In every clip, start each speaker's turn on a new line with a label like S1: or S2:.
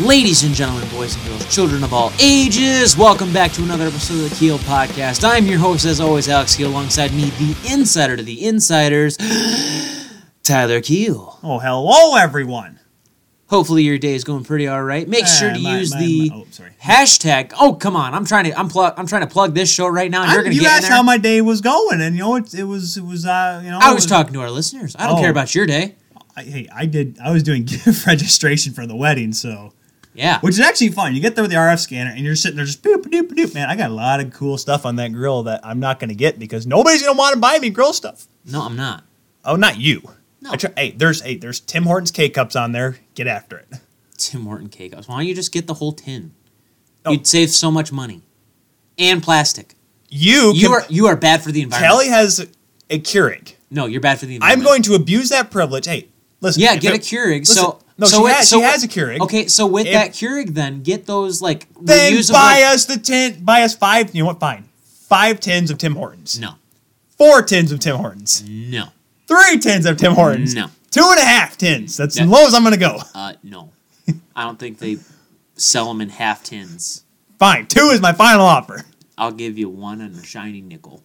S1: Ladies and gentlemen, boys and girls, children of all ages, welcome back to another episode of the Keel Podcast. I'm your host, as always, Alex Keel. Alongside me, the insider to the insiders, Tyler Keel.
S2: Oh, hello, everyone.
S1: Hopefully, your day is going pretty all right. Make sure
S2: Ah,
S1: to
S2: my-
S1: use
S2: my-
S1: the
S2: my- oh, sorry.
S1: hashtag. Oh, come on! I'm trying to I'm plug I'm trying to plug this show right now, and you're
S2: I'm-
S1: going to
S2: you
S1: get in
S2: asked
S1: there.
S2: how my day was going, and you know it, it was it was uh you know
S1: I was
S2: it
S1: talking to our listeners. I don't
S2: Oh.
S1: care about your day.
S2: I, hey I did I was doing gift registration for the wedding, so
S1: Yeah,
S2: which is actually fun. You get there with the RF scanner, and you're sitting there just doop doop doop. Man, I got a lot of cool stuff on that grill that I'm not gonna get because nobody's gonna want to buy me grill stuff.
S1: no, I'm not.
S2: Oh, not you.
S1: No.
S2: I try, hey, there's hey, there's Tim Hortons K cups on there. Get after it.
S1: Tim Horton cake. Why don't you just get the whole tin?
S2: Oh.
S1: You'd save so much money and plastic.
S2: You
S1: You
S2: can-
S1: are you are bad for the environment.
S2: Kelly has a Keurig.
S1: No, you're bad for the environment.
S2: I'm going to abuse that privilege. Hey, listen.
S1: Yeah,
S2: if
S1: get a
S2: it-
S1: Keurig.
S2: listen,
S1: so
S2: no,
S1: so
S2: she,
S1: it-
S2: has,
S1: so
S2: she
S1: it-
S2: has a Keurig.
S1: Okay, so with
S2: If-
S1: that Keurig, then get those like
S2: Then
S1: reusable.
S2: buy us the tin. Buy us five. You know what? Fine. Five tins of Tim Hortons.
S1: No,
S2: Four tins of Tim Hortons.
S1: no,
S2: Three tins of Tim Hortons.
S1: No.
S2: Two and a half tins. That's
S1: Yeah.
S2: as low as I'm gonna go.
S1: uh, no. I don't think they sell them in half tins.
S2: Fine. Two is my final offer.
S1: I'll give you one on a shiny nickel.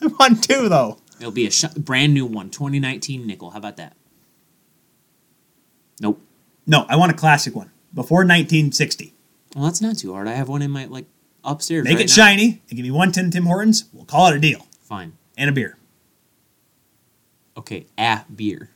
S2: I want two though.
S1: It'll be a sh- brand new one, 2019 nickel. How about that? Nope.
S2: No, I want a classic one before 1960.
S1: Well, that's not too hard. I have one in my like upstairs.
S2: Make
S1: right
S2: it
S1: now.
S2: shiny and give me one tin of Tim Hortons. We'll call it a deal
S1: Fine.
S2: and a beer.
S1: Okay. A beer.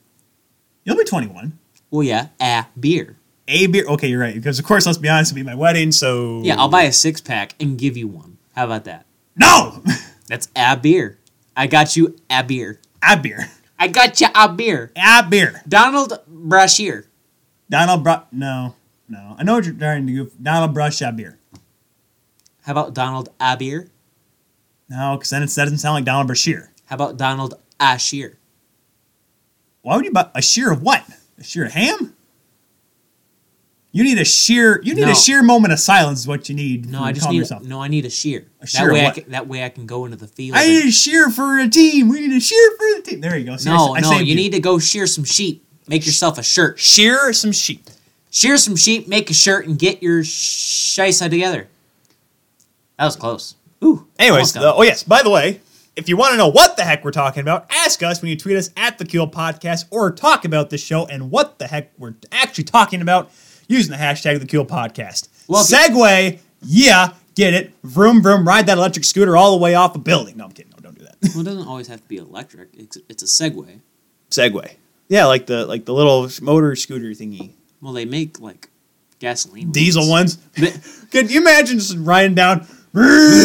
S2: You'll be 21.
S1: Well, yeah. A beer.
S2: A beer. Okay, you're right. Because of course, let's be honest, it'll be my wedding. So
S1: Yeah, I'll buy a six pack and give you one. How about that?
S2: No,
S1: That's a beer. I got you a beer.
S2: a beer.
S1: I got you a beer.
S2: A beer.
S1: Donald Brashear.
S2: Donald Brush. No, no. I know what you're trying to do. Donald Brush a beer.
S1: How about Donald a beer?
S2: No, because then it doesn't sound like Donald Brashear.
S1: How about Donald Ashear?
S2: Why would you buy a shear of what? A shear of ham? You need a sheer. You need
S1: No.
S2: a sheer moment of silence. Is what you need.
S1: No,
S2: to
S1: I just
S2: calm
S1: need
S2: yourself.
S1: no. I need a shear.
S2: A
S1: that
S2: shear of
S1: way, I
S2: what?
S1: can, that way I can go into the field.
S2: I
S1: and-
S2: need a sheer for a team. We need a sheer for the team. There you go. See, I
S1: no,
S2: sa- I
S1: no,
S2: saved
S1: you need to go shear some sheep. Make yourself a shirt.
S2: shear some sheep.
S1: Shear some sheep, make a shirt, and get your shisa together. That was close. Ooh.
S2: Anyways,
S1: almost got
S2: though-
S1: it.
S2: oh yes. By the way, if you want to know what the heck we're talking about, ask us when you tweet us at the Keel Podcast or talk about this show and what the heck we're actually talking about using the hashtag the Keel Podcast.
S1: Well,
S2: Well,
S1: if you-
S2: segue. Yeah, get it. Vroom vroom. Ride that electric scooter all the way off a building. No, I'm kidding. No, don't do that.
S1: well, it doesn't always have to be electric. It's, it's a Segway.
S2: segue. Yeah, like the like the little motor scooter thingy.
S1: Well, they make like gasoline.
S2: Diesel
S1: ones.
S2: ones.
S1: They-
S2: Can you imagine just riding down?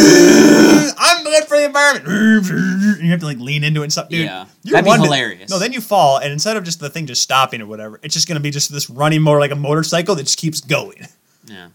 S2: I'm good for the environment. And you have to like lean into it and stuff, dude.
S1: Yeah.
S2: you're
S1: That'd be
S2: one to-
S1: hilarious.
S2: no, then you fall, and instead of just the thing just stopping or whatever, it's just gonna be just this running motor like a motorcycle that just keeps going.
S1: Yeah.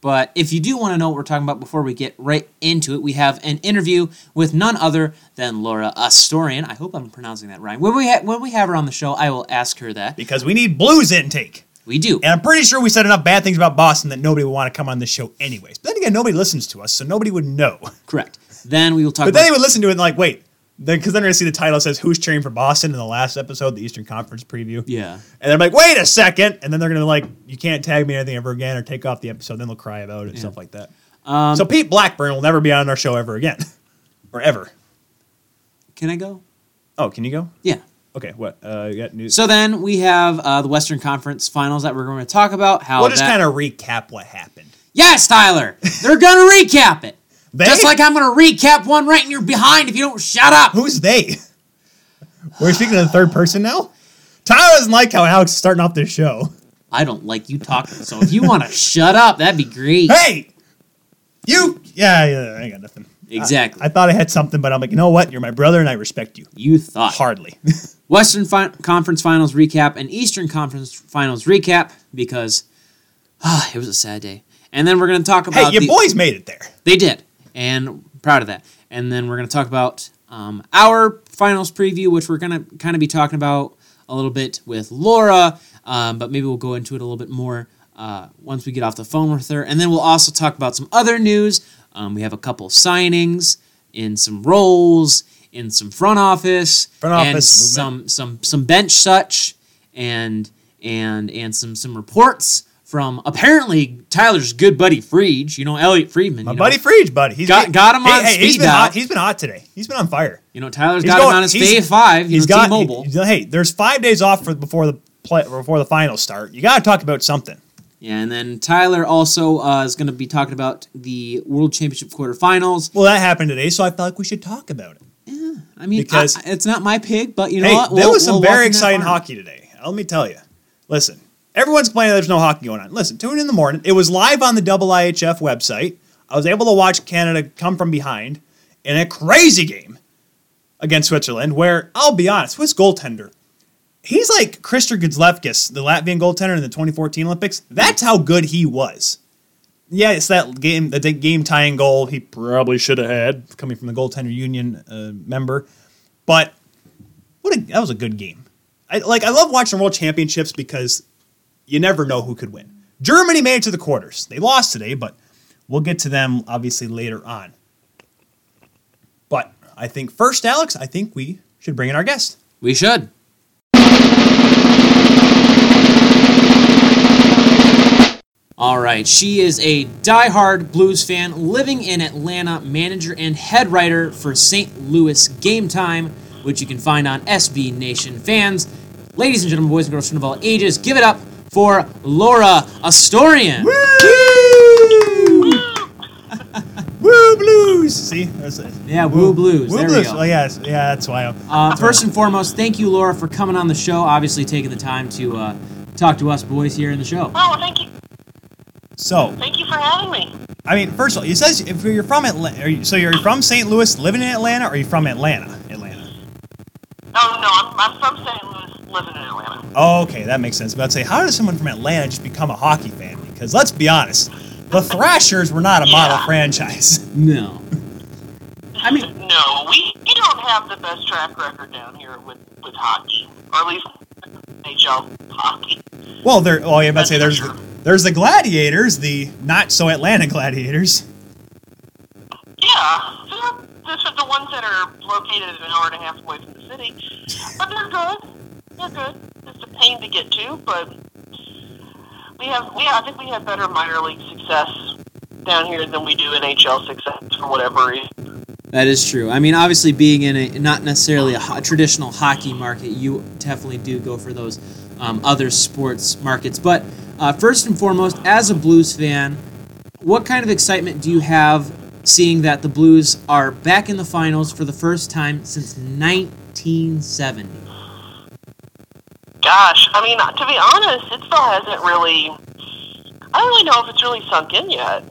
S1: But if you do want to know what we're talking about before we get right into it, we have an interview with none other than Laura Astorian. I hope I'm pronouncing that right. When we, ha- when we have her on the show, I will ask her that.
S2: Because we need blues intake,
S1: We do.
S2: and I'm pretty sure we said enough bad things about Boston that nobody would want to come on this show anyways. But then again, nobody listens to us, so nobody would know.
S1: Correct. Then we will talk
S2: But
S1: about
S2: then they would listen to it and like, wait, then because then they're gonna see the title says who's cheering for Boston in the last episode, the Eastern Conference preview.
S1: Yeah.
S2: And they're like, wait a second. And then they're going to like, you can't tag me or anything ever again or take off the episode. Then they'll cry about it and stuff like that.
S1: Um,
S2: so Pete Blackburn will never be on our show ever again or ever.
S1: Can I go?
S2: Oh, can you go?
S1: Yeah.
S2: Okay, what? Uh, you got news.
S1: So then we have uh, the Western Conference Finals that we're going to talk about. How
S2: we'll just
S1: uh, that-
S2: kind of recap what happened.
S1: yes, Tyler, they're going to recap it.
S2: They?
S1: Just like I'm going to recap one right in your behind if you don't shut up.
S2: Who's they? We're speaking in the third person now? Tyler doesn't like how Alex is starting off this show.
S1: I don't like you talking, so if you want to shut up, that'd be great.
S2: Hey! You! Yeah, yeah, I got nothing.
S1: Exactly.
S2: I thought I had something, but I'm like, you know what? You're my brother and I respect you.
S1: you thought
S2: Hardly.
S1: Uh, Western fin- Conference Finals recap and Eastern Conference Finals recap because ah, it was a sad day. And then we're going to talk about
S2: hey, your
S1: the-
S2: boys made it there.
S1: They did, and proud of that. And then we're going to talk about um, our finals preview, which we're going to kind of be talking about a little bit with Laura, um, but maybe we'll go into it a little bit more uh, once we get off the phone with her. And then we'll also talk about some other news. Um, we have a couple signings in some roles in some front office,
S2: Front
S1: and
S2: office movement.
S1: some some some bench such, and and and some some reports from apparently Tyler's good buddy Freege. You know Elliot Friedman.
S2: My
S1: you know.
S2: buddy Freege, buddy. He's
S1: Got- got him on
S2: he's
S1: speed
S2: been
S1: dial.
S2: hot. He's been hot today. He's been on fire.
S1: You know Tyler's
S2: He's
S1: got
S2: going-
S1: him on his
S2: he's-
S1: day five. You
S2: He's
S1: know,
S2: got
S1: T-Mobile.
S2: he- hey, there's five days off for, before the play, before the finals start. You got to talk about something.
S1: yeah, and then Tyler also uh, is going to be talking about the World Championship quarterfinals.
S2: Well, that happened today, so I felt like we should talk about it.
S1: I mean,
S2: Because-
S1: I- it's not my pig, but you know
S2: hey,
S1: what?
S2: there
S1: We'll-
S2: was some
S1: we'll
S2: very
S1: welcome that
S2: exciting
S1: final.
S2: hockey today. Let me tell you. Listen, everyone's complaining there's no hockey going on. Listen, tune in the morning. It was live on the IIHF website. I was able to watch Canada come from behind in a crazy game against Switzerland, where I'll be honest, Swiss goaltender. He's like Christer Gudlevskis, the Latvian goaltender in the 2014 Olympics. That's how good he was. Yeah, it's that game, the game tying goal he probably should have had coming from the goaltender union uh, member. But what a, that was a good game. I like I love watching World Championships because you never know who could win. Germany made it to the quarters. They lost today, but we'll get to them obviously later on. But I think first, Alex, I think we should bring in our guest.
S1: We should. All right. She is a diehard blues fan living in Atlanta, manager and head writer for St. Louis Game Time, which you can find on SB Nation fans. Ladies and gentlemen, boys and girls from all ages, give it up for Laura Astorian.
S2: Woo! Woo blues. See, that's it.
S1: Yeah, Woo Blues.
S2: Woo
S1: There we
S2: blues.
S1: go.
S2: Oh yeah, it's- yeah. That's why. I'm,
S1: Uh, first and foremost, thank you, Laura, for coming on the show. Obviously, taking the time to uh, talk to us boys here in the show.
S3: Oh, well, thank you.
S2: so
S3: Thank you for having me.
S2: I mean, first of all, it says if you're from Atlanta, are you, so you're from St. Louis, living in Atlanta, or are you from Atlanta? Atlanta.
S3: Oh, no, I'm, I'm from St. Louis, living in Atlanta.
S2: Oh, okay, that makes sense. But I'd say, how does someone from Atlanta just become a hockey fan? Because let's be honest, the Thrashers were not a model
S3: Yeah.
S2: franchise.
S1: No. I mean,
S3: No, we, we don't have the best track record down here with, with hockey, or at least NHL hockey.
S2: Well, there. Oh, yeah, but I'd say
S3: That's
S2: there's
S3: for
S2: the, there's the Gladiators, the not so Atlanta Gladiators.
S3: Yeah, they're, this is the ones that are located an hour and a half away from the city, but they're good. They're good. It's a pain to get to, but we have we I think we have better minor league success down here than we do NHL success for whatever reason.
S1: That is true. I mean, obviously, being in a not necessarily a, ho- a traditional hockey market, you definitely do go for those um, other sports markets. But uh, first and foremost, as a Blues fan, what kind of excitement do you have seeing that the Blues are back in the finals for the first time since 1970?
S3: Gosh, I mean, to be honest, it still hasn't really. I don't really know if it's really sunk in yet.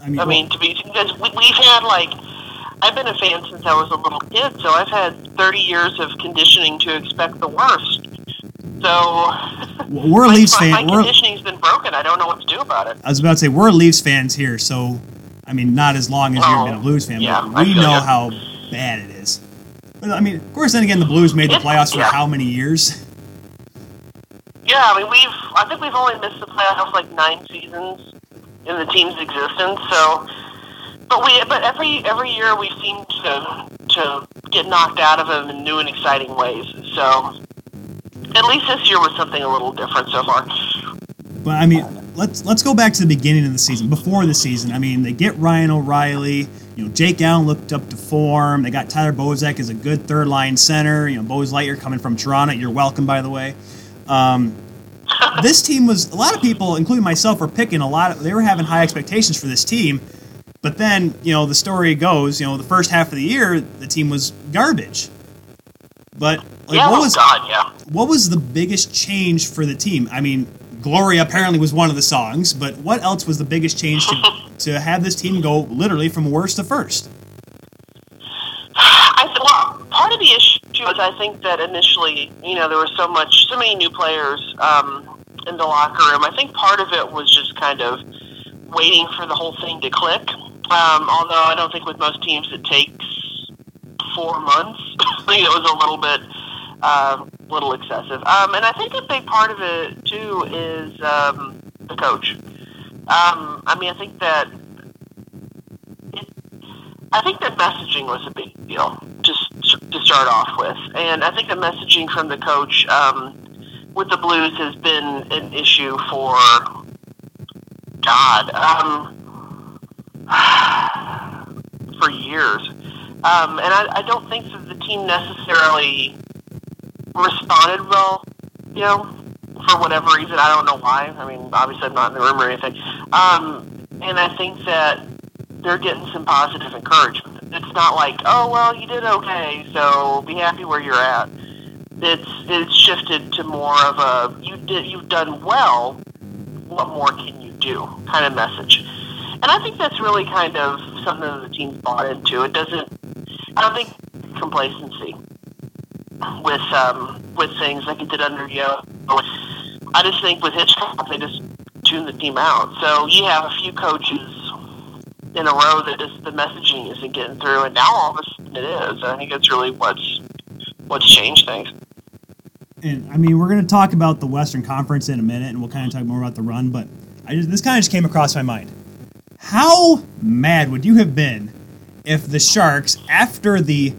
S2: I mean,
S3: I mean, to be because we- we've had like I've been a fan since I was a little kid, so I've had 30 years of conditioning to expect the worst. So
S2: w- we're a
S3: my-
S2: Leafs
S3: my,
S2: fan.
S3: my
S2: We're,
S3: conditioning's been broken. I don't know what to do about it.
S2: I was about to say we're Leafs fans here, so I mean, not as long as you've been a Blues fan,
S3: Oh, Yeah,
S2: but
S3: I
S2: we
S3: feel
S2: know
S3: ya.
S2: how bad it is. But, I mean, of course, then again, the Blues made the
S3: It's-
S2: playoffs for
S3: yeah.
S2: how many years?
S3: Yeah, I mean, we've I think we've only missed the playoffs like nine seasons in the team's existence. So, but we but every every year we seem to to get knocked out of them in new and exciting ways. So, at least this year was something a little different so far.
S2: But I mean, let's let's go back to the beginning of the season. Before the season, I mean, they get Ryan O'Reilly. You know, Jake Allen looked up to form. They got Tyler Bozak as a good third line center. You know, Boz Lightyear coming from Toronto. You're welcome, by the way. Um, this team was a lot of people, including myself, were picking a lot. Of, they were having high expectations for this team. But then, you know, the story goes, you know, the first half of the year, the team was garbage. But like,
S3: yeah,
S2: what
S3: oh
S2: was
S3: God, yeah.
S2: what was the biggest change for the team? I mean, Glory apparently was one of the songs, but what else was the biggest change to, to have this team go literally from worst to first?
S3: I th- well, part of the issue is I think that initially, you know, there was so much, so many new players um, in the locker room. I think part of it was just kind of waiting for the whole thing to click. Um, although I don't think with most teams it takes four months. I think it was a little bit, uh, little excessive. Um, and I think a big part of it too is um, the coach. Um, I mean, I think that I think that messaging was a big deal, just to start off with. And I think the messaging from the coach um, with the Blues has been an issue for God um, for years, um, and I, I don't think that the team necessarily responded well. You know, for whatever reason, I don't know why. I mean, obviously, I'm not in the room or anything. Um, and I think that they're getting some positive encouragement. It's not like, oh well, you did okay, so be happy where you're at. It's it's shifted to more of a you did you've done well. What more can you do? Kind of message. And I think that's really kind of something that the team's bought into. It doesn't. I don't think complacency with um, with things like it did under Yo. I just think with Hitchcock, they just tune the team out. So you have a few coaches in a row that just the messaging isn't getting through, and now all of a sudden it is. I think it's really what's what's changed things.
S2: and I mean, we're going to talk about the Western Conference in a minute, and we'll kind of talk more about the run. But I just, this kind of just came across my mind. How mad would you have been if the Sharks, after the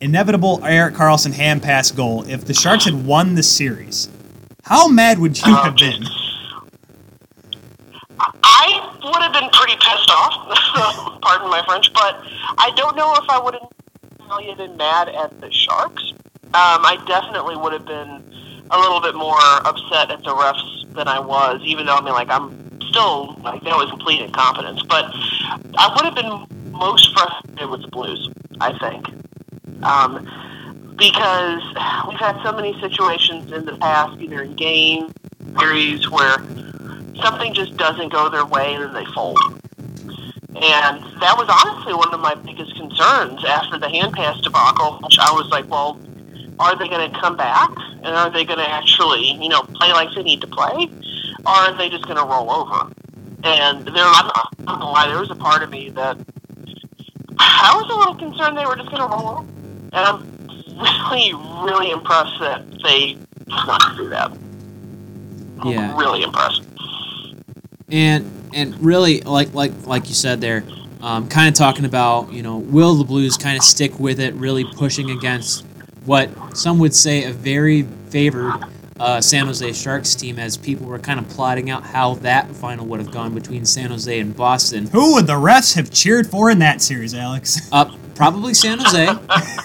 S2: inevitable Eric Carlson hand pass goal, if the Sharks had won the series? How mad would you have been?
S3: I would have been pretty pissed off. pardon my French, but I don't know if I would have really been mad at the Sharks. Um, I definitely would have been a little bit more upset at the refs than I was, even though I mean, like I'm still like that was complete incompetence. But I would have been most frustrated with the Blues. I think. Um, because we've had so many situations in the past, either in game series, where something just doesn't go their way and then they fold. And that was honestly one of my biggest concerns after the hand pass debacle, which I was like, well, are they going to come back and are they going to actually, you know, play like they need to play, or are they just going to roll over? And there, I'm not I'm not gonna lie, there was a part of me that I was a little concerned they were just going to roll over, and I'm really, really impressed that they did not do that. I'm
S1: Yeah.
S3: really impressed.
S1: and and really like like like you said there um, kind of talking about you know will the blues kind of stick with it really pushing against what some would say a very favored uh, san jose sharks team as people were kind of plotting out how that final would have gone between san jose and boston
S2: Who would the refs have cheered for in that series, Alex?
S1: uh, probably san jose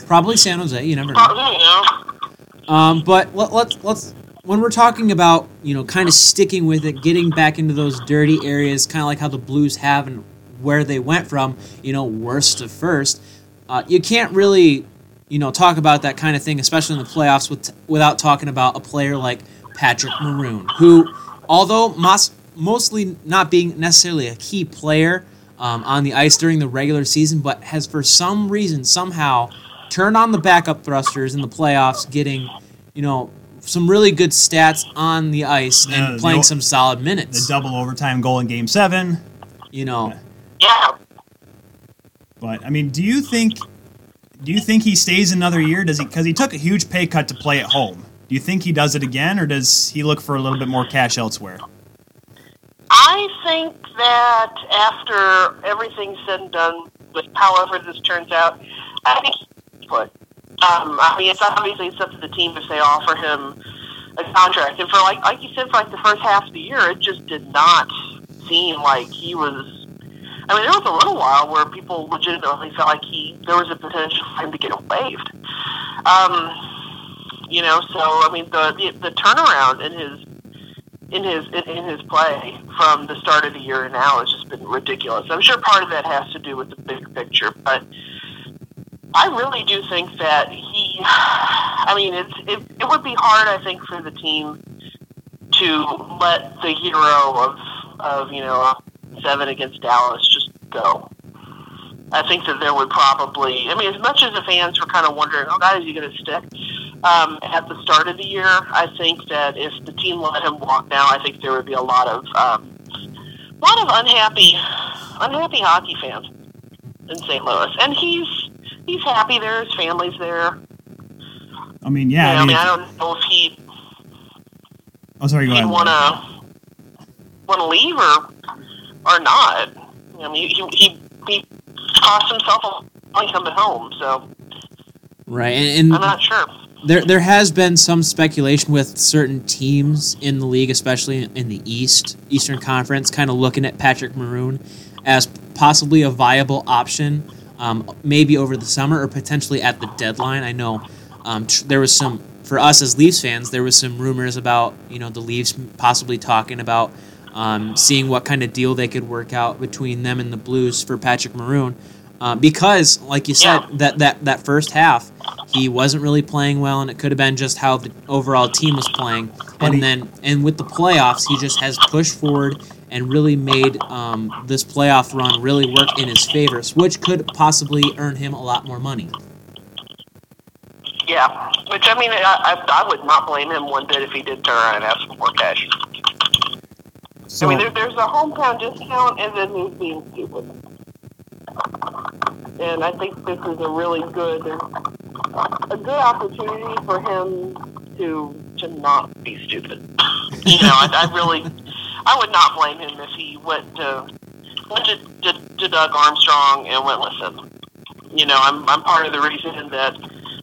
S1: probably san jose you never know
S3: But, you know,
S1: Um, but let, let's let's when we're talking about you know kind of sticking with it, getting back into those dirty areas, kind of like how the Blues have and where they went from, you know, worst to first. Uh, you can't really you know talk about that kind of thing, especially in the playoffs, with, without talking about a player like Patrick Maroon, who, although mos- mostly not being necessarily a key player um, on the ice during the regular season, but has for some reason somehow turned on the backup thrusters in the playoffs, getting you know some really good stats on the ice and
S2: Yeah, the
S1: playing
S2: o-
S1: some solid
S2: The
S1: minutes.
S2: double overtime goal in Game Seven.
S1: you know,
S3: yeah.
S2: But I mean, do you think do you think he stays another year? Does he because he took a huge pay cut to play at home? Do you think he does it again, or does he look for a little bit more cash elsewhere?
S3: I think that after everything's said and done, with however this turns out, I think he put. Um, I mean, it's obviously it's up to the team if they offer him a contract. And for like like you said, for like the first half of the year, it just did not seem like he was. I mean, there was a little while where people legitimately felt like he there was a potential for him to get waived. Um, you know, so I mean, the the, the turnaround in his in his in, in his play from the start of the year and now has just been ridiculous. I'm sure part of that has to do with the big picture, but I really do think that he. I mean, it's it, it would be hard, I think, for the team to let the hero of of you know seven against Dallas just go. I think that there would probably. I mean, as much as the fans were kind of wondering, oh God, is he going to stick? um, at the start of the year. I think that if the team let him walk now, I think there would be a lot of um, a lot of unhappy unhappy hockey fans in St. Louis, and he's he's happy there. His family's there.
S2: I mean,
S3: You know,
S2: yeah.
S3: I
S2: I mean,
S3: mean, I don't know if he
S2: oh, sorry, go
S3: he'd
S2: ahead.
S3: want to want to leave or or not. I mean, he he he cost himself a lot coming home, so
S1: right? And, and
S3: I'm not sure.
S1: there there has been some speculation with certain teams in the league, especially in the East Eastern Conference, kind of looking at Patrick Maroon as possibly a viable option, um, maybe over the summer or potentially at the deadline. I know um, tr- there was some for us as Leafs fans, there was some rumors about you know the Leafs possibly talking about um, seeing what kind of deal they could work out between them and the Blues for Patrick Maroon. Uh, because, like you said,
S3: Yeah.
S1: that, that, that first half, he wasn't really playing well, and it could have been just how the overall team was playing. And
S2: he-
S1: then, and with the playoffs, he just has pushed forward and really made um, this playoff run really work in his favor, which could possibly earn him a lot more money.
S3: Yeah, which I mean, I, I, I would not blame him one bit if he did turn around and have some more cash.
S1: So,
S3: I mean, there, there's a hometown discount, and then there's being stupid. And I think this is a really good, a good opportunity for him to to not be stupid. You know, I, I really, I would not blame him if he went to went to, to, to Doug Armstrong and went, listen, you know, I'm I'm part of the reason that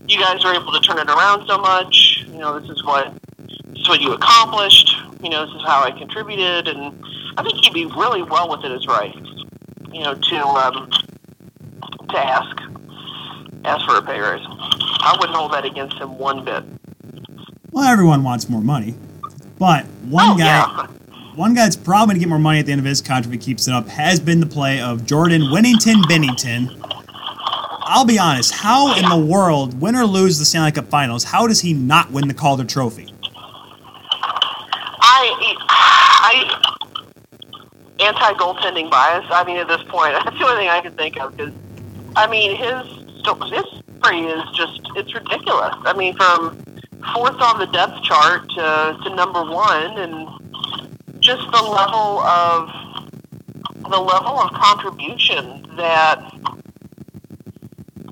S3: you guys were able to turn it around so much. You know, this is what this is what you accomplished. You know, this is how I contributed, and I think he'd be really well within his rights. You know, to um, to ask ask for a pay raise. I wouldn't hold that against him one bit.
S2: Well, everyone wants more money, but one
S3: Oh
S2: guy.
S3: yeah,
S2: One guy that's probably going to get more money at the end of his contract if he keeps it up has been the play of Jordan Winnington Bennington. I'll be honest, how in the world, win or lose the Stanley Cup Finals, how does he not win the Calder Trophy?
S3: I I anti goaltending bias. I mean, at this point, that's the only thing I can think of. Because I mean, his sto- his story is just it's ridiculous. I mean, from fourth on the depth chart to, to number one, and just the level of the level of contribution that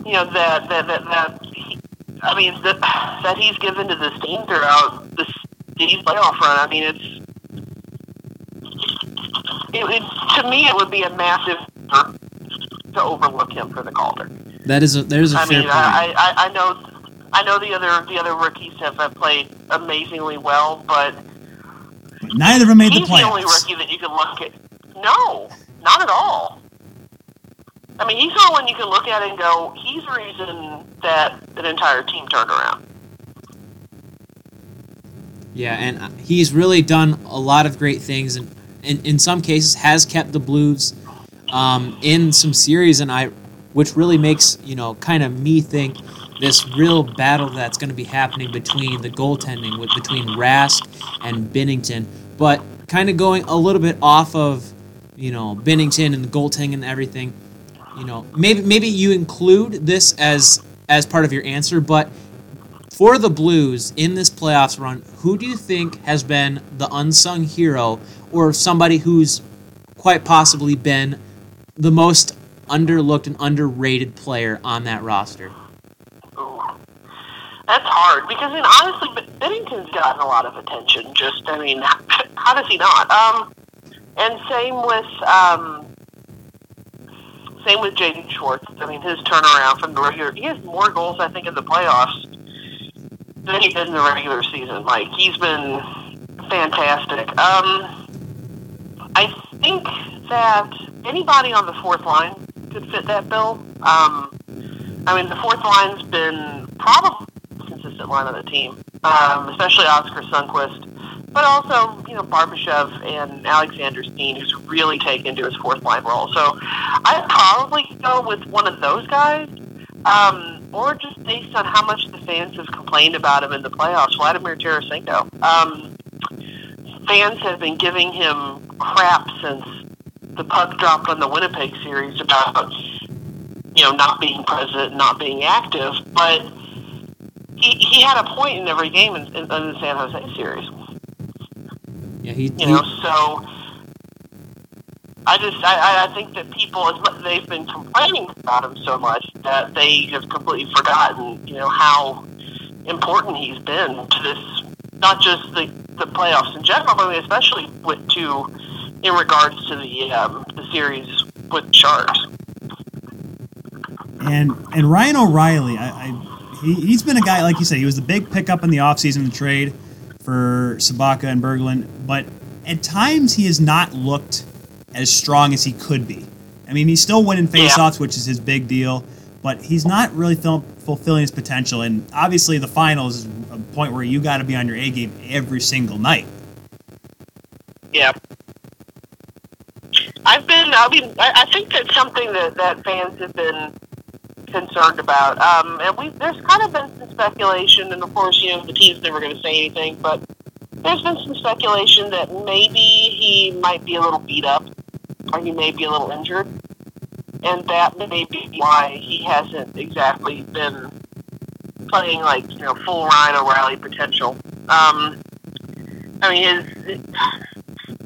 S3: you know that that that, that he, I mean that that he's given to this team throughout this these playoff run. I mean, it's it, it, to me, it would be a massive error to overlook him for the Calder.
S1: that is a, there's a
S3: I
S1: fair
S3: mean,
S1: point.
S3: I, I, I know, I know the other the other rookies have, have played amazingly well, but
S2: But neither of them made the
S3: he's the only
S2: playoffs.
S3: rookie that you can look at. No, not at all. I mean, he's the only one you can look at and go, he's the reason that an entire team turned around.
S1: Yeah, and uh, he's really done a lot of great things, and in, in some cases has kept the Blues um, in some series, and I, which really makes you know kind of me think this real battle that's going to be happening between the goaltending with between Rask and Bennington, but kind of going a little bit off of you know Bennington and the goaltending and everything. You know, maybe maybe you include this as as part of your answer, but for the Blues in this playoffs run, who do you think has been the unsung hero or somebody who's quite possibly been the most underlooked and underrated player on that roster?
S3: Ooh. That's hard because, I mean, honestly, Ben- Bennington's gotten a lot of attention. Just, I mean, how does he not? Um, and same with um, same with Jaden Schwartz. I mean, his turnaround from the regular, he has more goals, I think, in the playoffs than he did in the regular season. Like he's been fantastic. Um, I think that anybody on the fourth line could fit that bill. Um, I mean, the fourth line's been probably the consistent line on the team, um, especially Oscar Sundquist, but also you know Barbashev and Alexander Steen, who's really taken to his fourth line role. So I'd probably go with one of those guys, um, or just based on how much the fans have complained about him in the playoffs, Vladimir Tarasenko. Um, fans have been giving him crap since the puck dropped on the Winnipeg series about you know, not being present, not being active, but he, he had a point in every game in, in, in the San Jose series,
S1: Yeah, he,
S3: you know, so I just, I, I- I think that people, as much, they've been complaining about him so much that they have completely forgotten, you know, how important he's been to this, not just the, the playoffs in general, but especially with, to, in regards to the, um, the series with Sharks.
S2: And and Ryan O'Reilly, I, I He, he's been a guy, like you said, he was the big pickup in the offseason in the trade for Sabaka and Berglund, but at times he has not looked as strong as he could be. I mean, he's still winning faceoffs, which is his big deal, but he's not really fil- fulfilling his potential. And obviously, the finals is a point where you got to be on your A game every single night.
S3: Yeah. I've been, I mean, I, I think that's something that, that fans have been concerned about. Um, and we there's kind of been some speculation, and of course, you know, the team's never going to say anything, but there's been some speculation that maybe he might be a little beat up, or he may be a little injured, and that may be why he hasn't exactly been playing like you know full Ryan O'Reilly potential. Um, I mean, his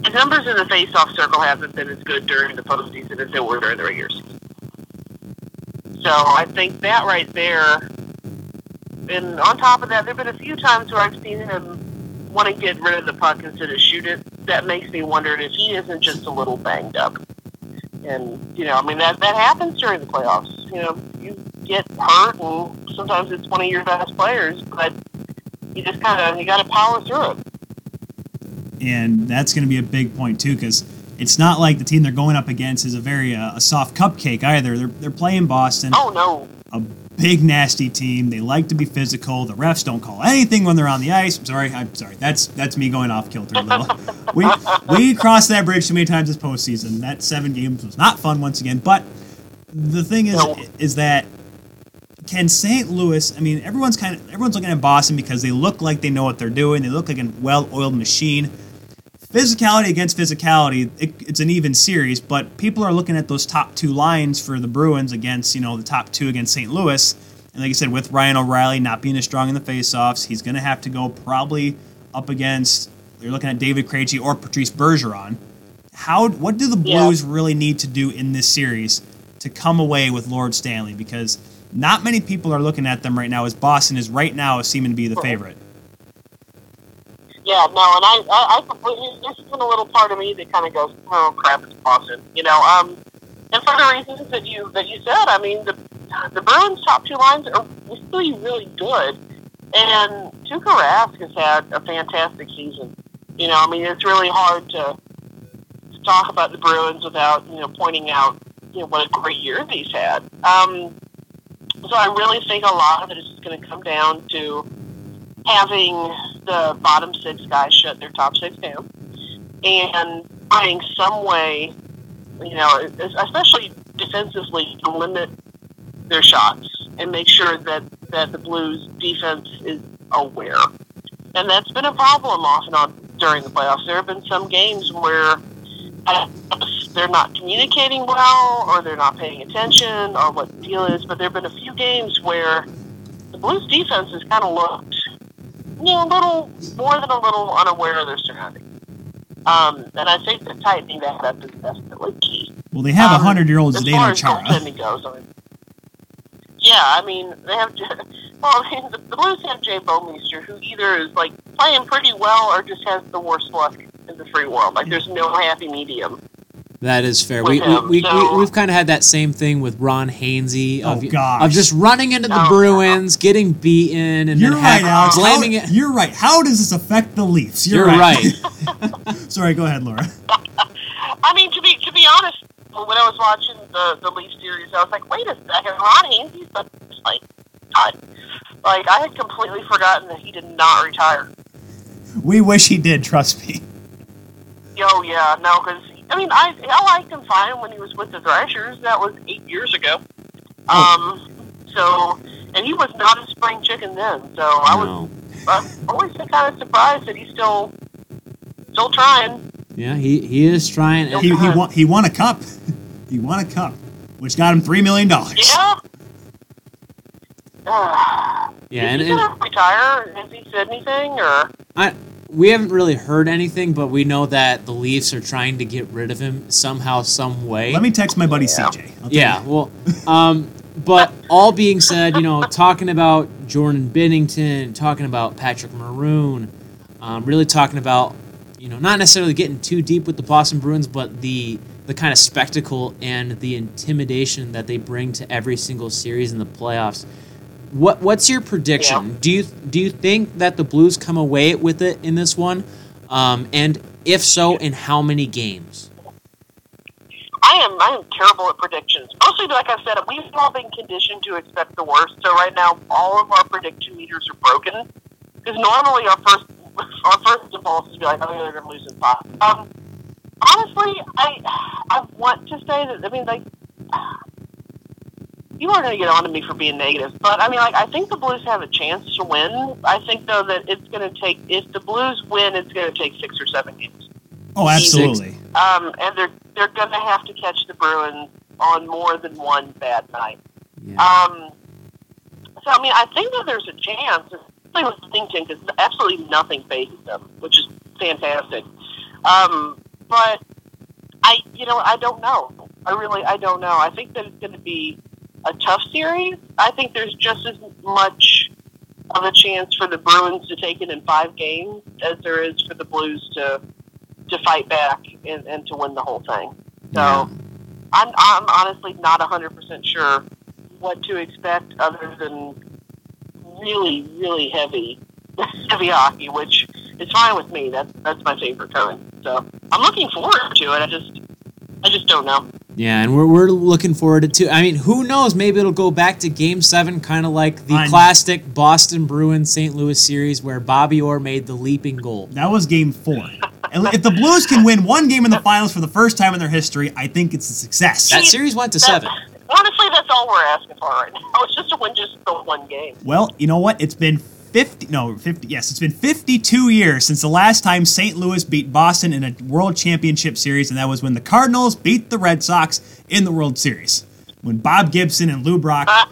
S3: his numbers in the face-off circle haven't been as good during the postseason as they were during the regular season. So I think that right there, and on top of that, there've been a few times where I've seen him want to get rid of the puck instead of shoot it. That makes me wonder if he isn't just a little banged up. And you know, I mean that that happens during the playoffs. You know, you get hurt, and sometimes it's one of your best players, but you just kind of you got to power through it.
S2: and that's going to be a big point too because it's not like the team they're going up against is a very uh, a soft cupcake either. They're they're playing Boston,
S3: Oh no,
S2: a big nasty team. They like to be physical. The refs don't call anything when they're on the ice. I'm sorry, I'm sorry. That's that's me going off kilter a little. we we crossed that bridge too many times this postseason. That seven games was not fun once again. But the thing is
S3: No.
S2: is that can St. Louis? I mean, everyone's kind of everyone's looking at Boston because they look like they know what they're doing. They look like a well-oiled machine. Physicality against physicality, it, it's an even series, but people are looking at those top two lines for the Bruins against you know the top two against St. Louis. And like I said, with Ryan O'Reilly not being as strong in the faceoffs, he's going to have to go probably up against. You're looking at David Krejci or Patrice Bergeron. How? What do the
S3: Yeah.
S2: Blues really need to do in this series to come away with Lord Stanley? Because not many people are looking at them right now. As Boston is right now seeming to be the favorite.
S3: Yeah, no, and I, I, I completely. This is a little part of me that kind of goes, "Oh crap, it's Boston," you know. Um, and for the reasons that you that you said, I mean, the the Bruins' top two lines are really really good, and Tuukka Rask has had a fantastic season. You know, I mean, it's really hard to, to talk about the Bruins without you know pointing out you know what a great year he's had. Um, so I really think a lot of it is just going to come down to having the bottom six guys shut their top six down and finding some way, you know, especially defensively, to limit their shots and make sure that, that the Blues defense is aware. And that's been a problem off and on during the playoffs. There have been some games where uh, they're not communicating well or they're not paying attention or what the deal is, but there have been a few games where the Blues defense has kind of looked you know, a little more than a little unaware of their surroundings. Um, and I think that tightening that up is definitely key.
S2: Well, they have a
S3: Um,
S2: hundred-year-old
S3: as
S2: Zdeno
S3: far as
S2: Chara.
S3: goaltending goes, I mean, yeah, I mean they have. Well, I mean the, the Blues have Jay Bomeister, who either is like playing pretty well or just has the worst luck in the free world. Like there's no happy medium.
S1: That is fair. We,
S3: Well,
S1: we, we,
S3: so-
S1: we, we've kind of had that same thing with Ron Hainsey of,
S2: Oh, gosh.
S1: of just running into the
S3: Oh,
S1: Bruins, getting beaten, and
S2: You're
S1: then
S2: right,
S1: ha-
S2: Alex. How-
S1: blaming it.
S2: You're right. How does this affect the Leafs? You're,
S1: You're right.
S2: Sorry, go ahead, Laura.
S3: I mean to be to be honest, when I was watching the the Leaf series, I was like, wait a second, Ron Hainsey's the- like, God. like I had completely forgotten that he did not retire.
S2: We wish he did. Trust me.
S3: Yo, yeah, no, because I mean, I I liked him fine when he was with the Thrashers. That was eight years ago.
S1: Oh.
S3: Um, so and he was not a spring chicken then. So I was
S1: No.
S3: uh, always kind of surprised that he's still still trying.
S1: Yeah, he, he is trying.
S2: He,
S1: And,
S2: he won. He won a cup. he won a cup, which got him three million dollars.
S3: Yeah. Uh,
S1: yeah,
S3: is
S1: and,
S3: he
S1: and
S3: gonna retire? Has he said anything? Or
S1: I, we haven't really heard anything, but we know that the Leafs are trying to get rid of him somehow, some way.
S2: Let me text my buddy
S3: Yeah.
S2: CJ. I'll tell
S1: Yeah, well, um, but all being said, you know, talking about Jordan Bennington, talking about Patrick Maroon, um, really talking about, you know, not necessarily getting too deep with the Boston Bruins, but the the kind of spectacle and the intimidation that they bring to every single series in the playoffs. What What's your prediction?
S3: Yeah.
S1: Do you do you think that the Blues come away with it in this one? Um, and if so, in how many games?
S3: I am I am terrible at predictions. Mostly, like I said, we've all been conditioned to expect the worst. So right now, all of our prediction meters are broken because normally our first our first default is to be like, oh, yeah, they're going to lose in five. Um, honestly, I I want to say that I mean like you are going to get on to me for being negative, but I mean like I think the Blues have a chance to win. I think though that it's going to take if the Blues win, it's going to take six or seven games.
S2: Oh, absolutely.
S3: Um, and they're they're going to have to catch the Bruins on more than one bad night.
S1: Yeah.
S3: Um, so I mean, I think that there's a chance, especially with Stington, because absolutely nothing phases them, which is fantastic. Um, but I, you know, I don't know. I really, I don't know. I think that it's going to be a tough series. I think there's just as much of a chance for the Bruins to take it in five games as there is for the Blues to to fight back and, and to win the whole thing. So I'm, I'm honestly not 100% sure what to expect other than really, really heavy, heavy hockey, which is fine with me. That's, that's my favorite kind. So I'm looking forward to it. I just, I just don't know.
S1: Yeah, and we're, we're looking forward to too. I mean, who knows? Maybe it'll go back to Game Seven, kind of like the
S2: I'm-
S1: classic Boston Bruins St. Louis series where Bobby Orr made the leaping goal.
S2: That was game four. And if the Blues can win one game in the finals for the first time in their history, I think it's a success.
S1: That series went to seven.
S3: Honestly, that's all we're asking for right now. It's just to win just the one game.
S2: Well, you know what? It's been 50, no, 50, yes, it's been 52 years since the last time St. Louis beat Boston in a World Championship Series, and that was when the Cardinals beat the Red Sox in the World Series. When Bob Gibson and Lou Brock.
S3: Uh,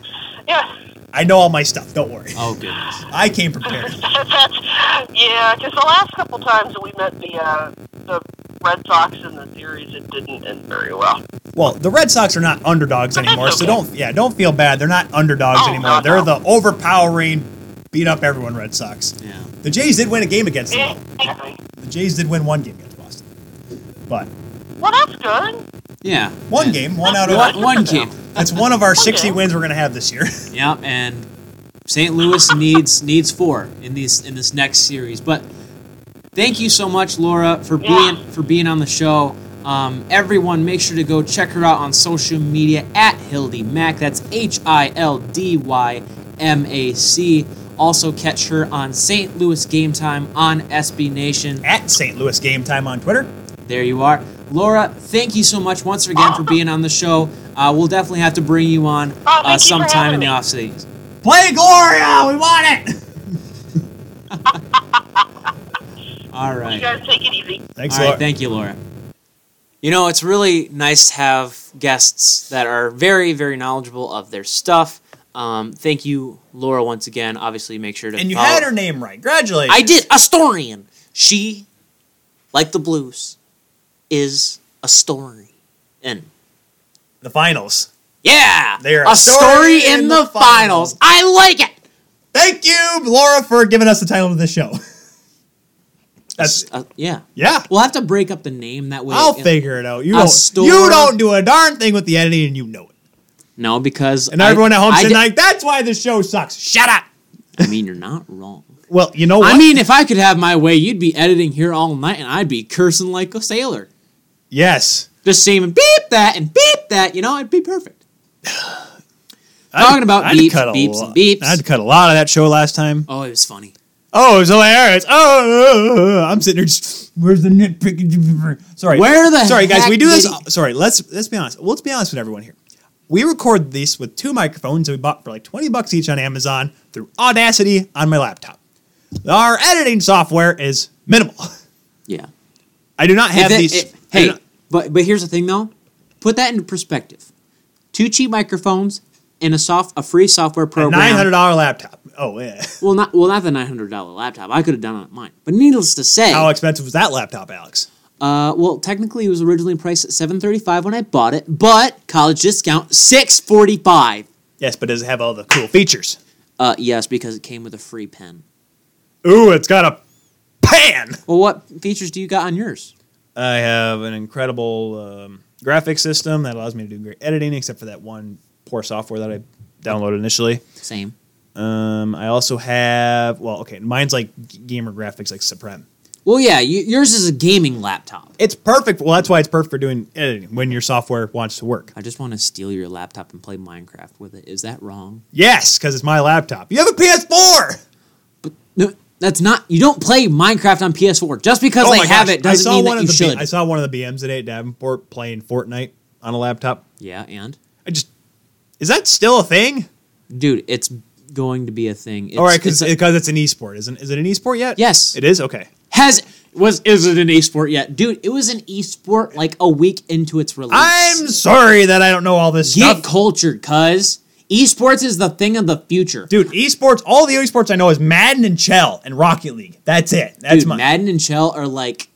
S3: yeah.
S2: I know all my stuff, don't worry.
S1: Oh goodness.
S2: I came prepared.
S3: That's, yeah, because the last couple times that we met the uh, the Red Sox in the series, it didn't end very well.
S2: Well, the Red Sox are not underdogs
S3: That's
S2: anymore, so
S3: okay.
S2: don't yeah, don't feel bad. They're not underdogs
S3: Oh,
S2: anymore.
S3: God,
S2: They're
S3: no.
S2: the overpowering, beat up everyone Red Sox.
S1: Yeah.
S2: The Jays did win a game against them.
S3: Exactly.
S2: though. The Jays did win one game against Boston, but
S3: Well, that's good.
S1: Yeah.
S2: one
S1: And-
S2: game, one out
S1: One,
S2: of
S1: one game.
S2: that's one of our sixty
S3: game.
S2: wins we're gonna have this year.
S1: Yeah, and St. Louis needs needs four in these in this next series. But thank you so much, Laura, for
S3: Yeah.
S1: being for being on the show. Um, everyone, make sure to go check her out on social media at Hildy Mac. That's H I L D Y M A C. Also catch her on St. Louis Game Time on SB Nation.
S2: At St. Louis Game Time on Twitter.
S1: There you are. Laura, thank you so much once again for being on the show. Uh, we'll definitely have to bring you on
S3: Oh, thank
S1: uh,
S3: you for
S1: sometime in
S3: having
S1: the
S3: me.
S1: off season.
S2: Play Gloria, we want it.
S1: All right.
S3: You guys take it easy.
S2: Thanks,
S1: All right,
S2: Laura.
S1: thank you, Laura. You know, it's really nice to have guests that are very, very knowledgeable of their stuff. Um, thank you, Laura, once again. Obviously, make sure to
S2: and you
S1: follow-
S2: had her name right. Congratulations.
S1: I did. Astorian. She, like the blues, is a story. And
S2: the finals.
S1: yeah,
S2: They are
S1: a story in, the, finals. I like it.
S2: Thank you, Laura, for giving us the title of the show. That's
S1: Uh, yeah,
S2: yeah.
S1: we'll have to break up the name that way.
S2: I'll
S1: it-
S2: figure it out. You
S1: a
S2: don't,
S1: store-
S2: you don't do a darn thing with the editing, and you know it.
S1: No, because
S2: And everyone at home
S1: I,
S2: said,
S1: di-
S2: like, that's why this show sucks. Shut up.
S1: I mean, you're not wrong.
S2: Well, you know what?
S1: I mean, if I could have my way, you'd be editing here all night and I'd be cursing like a sailor.
S2: yes.
S1: Just saying beep that and beep that, you know, it'd be perfect. Talking about beeps, beeps,
S2: lo-
S1: and beeps.
S2: I had to cut a lot of that show last time.
S1: Oh, it was funny.
S2: Oh, it was hilarious. Oh, I'm sitting there just, where's the nitpick? Sorry.
S1: Where the
S2: Sorry, guys.
S1: heck
S2: We do this.
S1: did he-
S2: Sorry, let's let's be honest. Well, let's be honest with everyone here. We record this with two microphones that we bought for like 20 bucks each on Amazon through Audacity on my laptop. Our editing software is minimal.
S1: Yeah.
S2: I do not have
S1: If it-
S2: these.
S1: it-
S2: I do
S1: hey,
S2: not-
S1: but but here's the thing though. Put that into perspective. Two cheap microphones and a soft a free software
S2: a
S1: program.
S2: nine hundred dollar laptop. Oh yeah.
S1: Well not well not the nine hundred dollar laptop. I could have done it on mine. But needless to say,
S2: How expensive was that laptop, Alex?
S1: Uh, well, technically, it was originally priced at seven thirty-five when I bought it, but college discount six forty-five.
S2: Yes, but does it have all the cool features?
S1: Uh, yes, because it came with a free pen.
S2: Ooh, it's got a pan.
S1: Well, what features do you got on yours?
S2: I have an incredible um, graphic system that allows me to do great editing, except for that one poor software that I downloaded initially.
S1: Same.
S2: Um, I also have well, okay, mine's like g- gamer graphics, like Supreme.
S1: Well, yeah, y- yours is a gaming laptop.
S2: It's perfect. Well, that's why it's perfect for doing editing when your software wants to work.
S1: I just want to steal your laptop and play Minecraft with it. Is that wrong?
S2: Yes, because it's my laptop. You have a PS4.
S1: No, that's not. You don't play Minecraft on PS4 just because
S2: Oh
S1: they
S2: my
S1: have
S2: gosh,
S1: it doesn't mean that
S2: of
S1: you
S2: the B-
S1: should.
S2: I saw one of the BMs today at Davenport playing Fortnite on a laptop.
S1: yeah, and
S2: I just is that still a thing?
S1: dude, it's going to be a thing. It's,
S2: All right, because
S1: it's a-
S2: because it's an esport, isn't is it an esport yet?
S1: Yes.
S2: it is. Okay,
S1: has was is it an esport yet, dude? It was an esport like a week into its release.
S2: I'm sorry that I don't know all this
S1: get
S2: stuff,
S1: cultured, cuz esports is the thing of the future.
S2: dude. Esports, all the esports I know is Madden and Chell and Rocket League. That's it. That's
S1: Dude,
S2: my
S1: Madden and Shell are like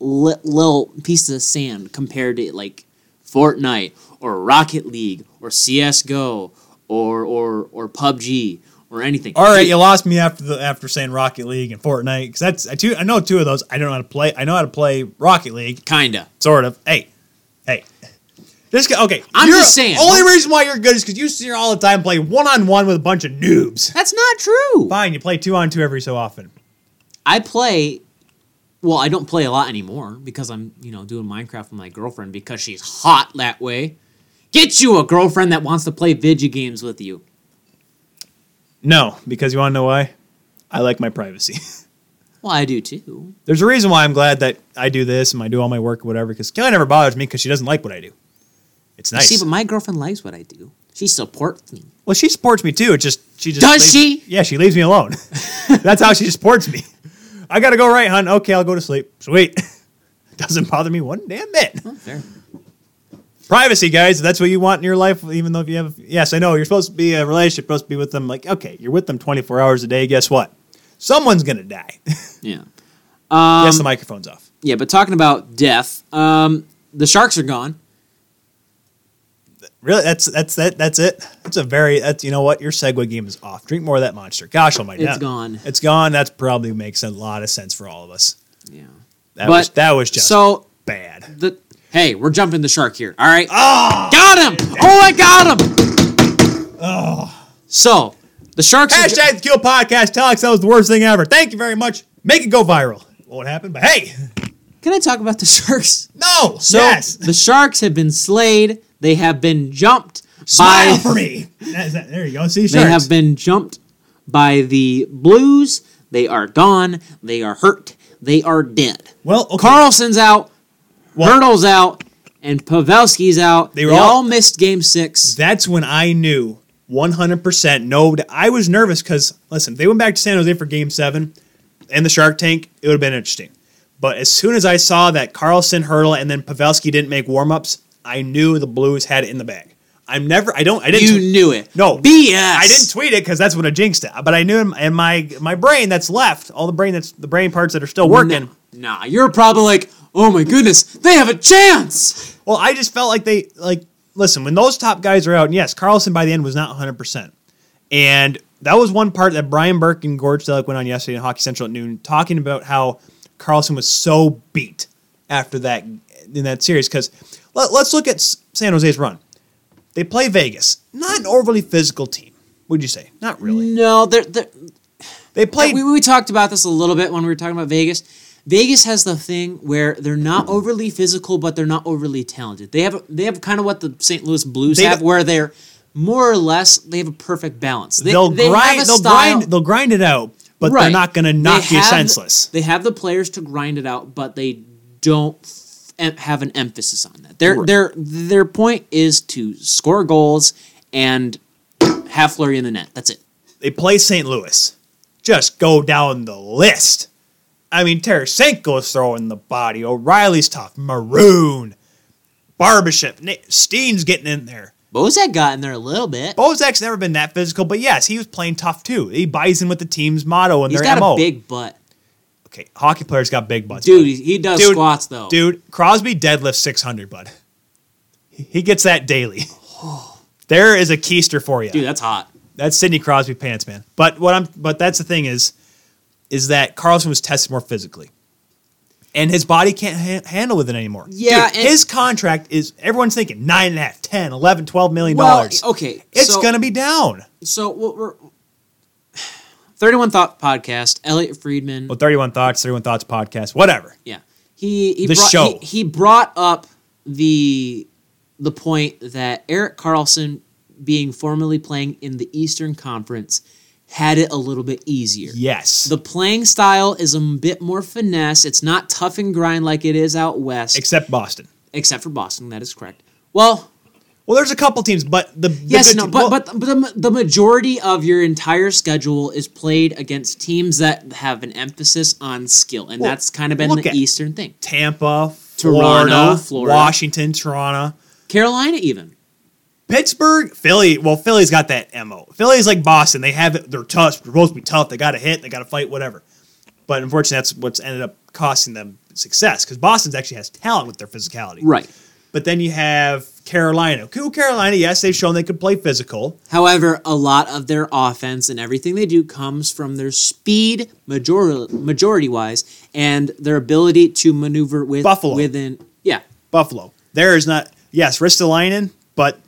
S1: li- little pieces of sand compared to like Fortnite or Rocket League or CS:GO or or or PUBG or anything.
S2: All right,
S1: Dude,
S2: you lost me after the after saying Rocket League and Fortnite because that's I, two, I know two of those. I don't know how to play. I know how to play Rocket League,
S1: kinda.
S2: sort of. Hey, hey, just go- okay.
S1: I'm
S2: you're-
S1: just saying.
S2: Only reason why you're good is because you sit here all the time play one on one with a bunch of noobs.
S1: That's not true.
S2: Fine, you play two on two every so often.
S1: I play. Well, I don't play a lot anymore because I'm, you know, doing Minecraft with my girlfriend because she's hot that way. Get you a girlfriend that wants to play video games with you.
S2: No, because you want to know why? I like my privacy.
S1: Well, I do too.
S2: There's a reason why I'm glad that I do this and I do all my work, whatever. Because Kelly never bothers me because she doesn't like what I do. It's
S1: You
S2: nice.
S1: See, but my girlfriend likes what I do. She supports me.
S2: Well, she supports me too. It just she just
S1: Does
S2: leaves-
S1: she?
S2: Yeah, she leaves me alone. That's how she supports me. I gotta go right, hun. Okay, I'll go to sleep. Sweet. Doesn't bother me one damn bit.
S1: Fair.
S2: Privacy, guys. If that's what you want in your life, even though if you have yes, I know you're supposed to be a relationship, supposed to be with them. Like, okay, you're with them 24 hours a day. Guess what? Someone's gonna die.
S1: Yeah. Um,
S2: yes, the microphone's off.
S1: Yeah, but talking about death, um, the sharks are gone.
S2: Really? That's that's that that's it. That's a very that's you know what your Segway game is off. Drink more of that monster. Gosh almighty,
S1: It's
S2: that-
S1: gone.
S2: It's gone. That's probably makes a lot of sense for all of us.
S1: Yeah.
S2: That
S1: But-
S2: was that was just
S1: So
S2: bad.
S1: the hey, we're jumping the shark here. All right.
S2: Ah!
S1: Got him! Oh, I got him! Oh. So the sharks. Are
S2: Hashtag the Kill Podcast. Tell Alex that was the worst thing ever. Thank you very much. Make it go viral. Won't happen, but hey,
S1: Can I talk about the sharks?
S2: no.
S1: So
S2: yes.
S1: the sharks have been slayed. They have been jumped
S2: Smile
S1: by.
S2: for me. That is that- there you go. See,
S1: They
S2: sharks.
S1: have been jumped by the blues. They are gone. They are hurt. They are dead.
S2: well, okay.
S1: Carlson's out.
S2: Well-
S1: Hurdle's out. And Pavelski's out.
S2: They
S1: They,
S2: were all-
S1: all missed game six.
S2: That's when I knew 100% no. I was nervous because, listen, if they went back to San Jose for game seven and the Shark Tank, it would have been interesting. But as soon as I saw that Carlson, Hurdle, and then Pavelski didn't make warm ups, I knew the Blues had it in the bag. I'm never, I don't, I didn't.
S1: You knew it.
S2: No.
S1: BS.
S2: I didn't tweet it because that's what a jinxed it. But I knew in, in my my brain that's left, all the brain that's the brain parts that are still working.
S1: Nah, you're probably like, oh my goodness, they have a chance.
S2: Well, I just felt like they like listen when those top guys are out. And yes, Carlson by the end was not 100, percent and that was one part that Brian Burke and George Delick went on yesterday in Hockey Central at noon, talking about how Carlson was so beat after that in that series. Because let, let's look at S- San Jose's run. They play Vegas, not an overly physical team. Would you say? Not really.
S1: No, they're, they're,
S2: They played.
S1: Mm. we, we talked about this a little bit when we were talking about Vegas. Vegas has the thing where they're not overly physical, but they're not overly talented. They have they have kind of what the St. Louis Blues
S2: They-
S1: have, where they're more or less they have a perfect balance. They,
S2: they'll
S1: they
S2: grind.
S1: Have a
S2: They'll
S1: style,
S2: grind. They'll grind it out, but
S1: Right.
S2: they're not going to knock
S1: They
S2: you
S1: have-
S2: senseless.
S1: They have the players to grind it out, but they don't f- em- have an emphasis on that. Their
S2: Right.
S1: their their point is to score goals and have flurry in the net. That's it.
S2: They play St. Louis. Just go down the list. I mean, Tarasenko's throwing the body. O'Reilly's tough. Maroon, Barbaship, Na- Steen's getting in there.
S1: Bozak got in there a little bit.
S2: Bozak's never been that physical, but yes, he was playing tough too. He buys in with the team's motto and
S1: He's
S2: their
S1: got
S2: mo.
S1: a big butt.
S2: okay, hockey players got big butts.
S1: Dude,
S2: buddy.
S1: he- he does
S2: Dude,
S1: squats though.
S2: Dude, Crosby deadlifts 600, bud. He he gets that daily. There is a keister for you.
S1: Dude, that's hot.
S2: That's Sidney Crosby pants, man. But what I'm but that's the thing is, is that Carlson was tested more physically, and his body can't ha- handle with it anymore.
S1: Yeah,
S2: Dude,
S1: and-
S2: his contract is everyone's thinking nine and a half, ten, eleven, twelve million
S1: Well,
S2: dollars.
S1: okay.
S2: it's
S1: so,
S2: gonna be down.
S1: So what we're 31 Thought Podcast, Elliot Friedman.
S2: Well, 31 Thoughts, 31 Thoughts podcast, whatever.
S1: Yeah. He he
S2: The
S1: brought,
S2: show.
S1: He, he brought up the the point that Eric Carlson being formerly playing in the Eastern Conference had it a little bit easier.
S2: Yes.
S1: The playing style is a bit more finesse. It's not tough and grind like it is out west,
S2: Except Boston.
S1: except for Boston. That is correct. Well,
S2: Well, there's a couple teams, but the, the
S1: yes,
S2: good
S1: no,
S2: team-
S1: but,
S2: well,
S1: but but the, the majority of your entire schedule is played against teams that have an emphasis on skill, and
S2: Well,
S1: that's kind of been
S2: look
S1: the
S2: at-
S1: Eastern thing.
S2: Tampa,
S1: Toronto,
S2: Florida,
S1: Florida.
S2: Washington, Toronto,
S1: Carolina, even
S2: Pittsburgh, Philly. Well, Philly's got that mo. Philly's like Boston. They have it. They're tough. They're supposed to be tough. They got to hit. They got to fight. Whatever. But unfortunately, that's what's ended up costing them success because Boston's actually has talent with their physicality.
S1: right.
S2: But then you have Carolina. Cool Carolina. Yes, they've shown they could play physical.
S1: However, a lot of their offense and everything they do comes from their speed, majority majority wise, and their ability to maneuver with
S2: Buffalo.
S1: within. Yeah,
S2: Buffalo. There is not. Yes, Ristolainen, but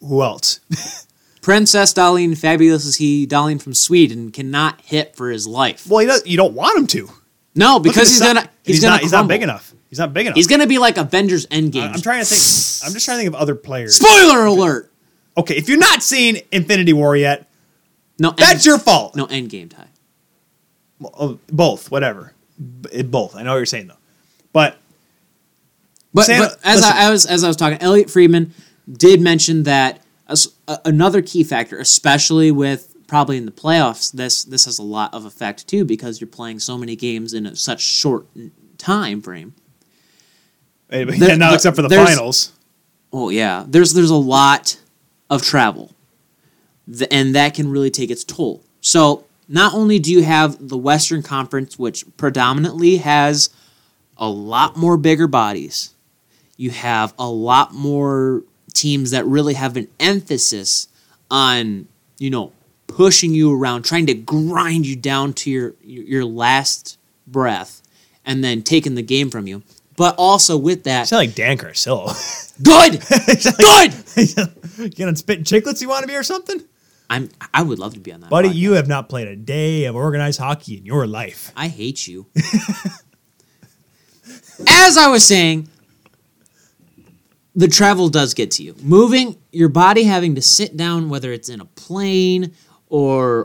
S2: who else?
S1: Princess Darlene, fabulous as he, Darlene from Sweden, cannot hit for his life.
S2: well, you don't, you don't want him to
S1: No,
S2: Look at
S1: because
S2: the
S1: he's
S2: si-
S1: gonna he's, gonna
S2: not he's not
S1: crumble.
S2: big enough. He's not big enough.
S1: He's gonna be like Avengers Endgame.
S2: I'm trying to think. I'm just trying to think of other players.
S1: Spoiler alert.
S2: Okay, if you're not seeing Infinity War yet,
S1: No,
S2: that's your fault.
S1: no Endgame tie.
S2: Uh, Both, whatever. B- it- Both. I know what you're saying though, but
S1: But,
S2: Sam,
S1: but as
S2: listen.
S1: I, I was as I was talking, Elliot Friedman did mention that as, a, another key factor, especially with probably in the playoffs, this this has a lot of effect too because you're playing so many games in a, such short time frame.
S2: eh, but yeah,
S1: There-
S2: now
S1: there-
S2: except for the
S1: there's-
S2: finals.
S1: Oh yeah, there's there's a lot of travel, Th- and that can really take its toll. So not only do you have the Western Conference, which predominantly has a lot more bigger bodies, you have a lot more teams that really have an emphasis on you know pushing you around, trying to grind you down to your your your last breath, and then taking the game from you. But also with that,
S2: It's not like Dan Carcillo.
S1: good, good.
S2: you gonna spit chicklets? You want to be or something,
S1: I'm. I would love to be on that.
S2: buddy?
S1: podcast.
S2: You have not played a day of organized hockey in your life.
S1: I hate you. As I was saying, the travel does get to you. Moving your body, having to sit down, whether it's in a plane or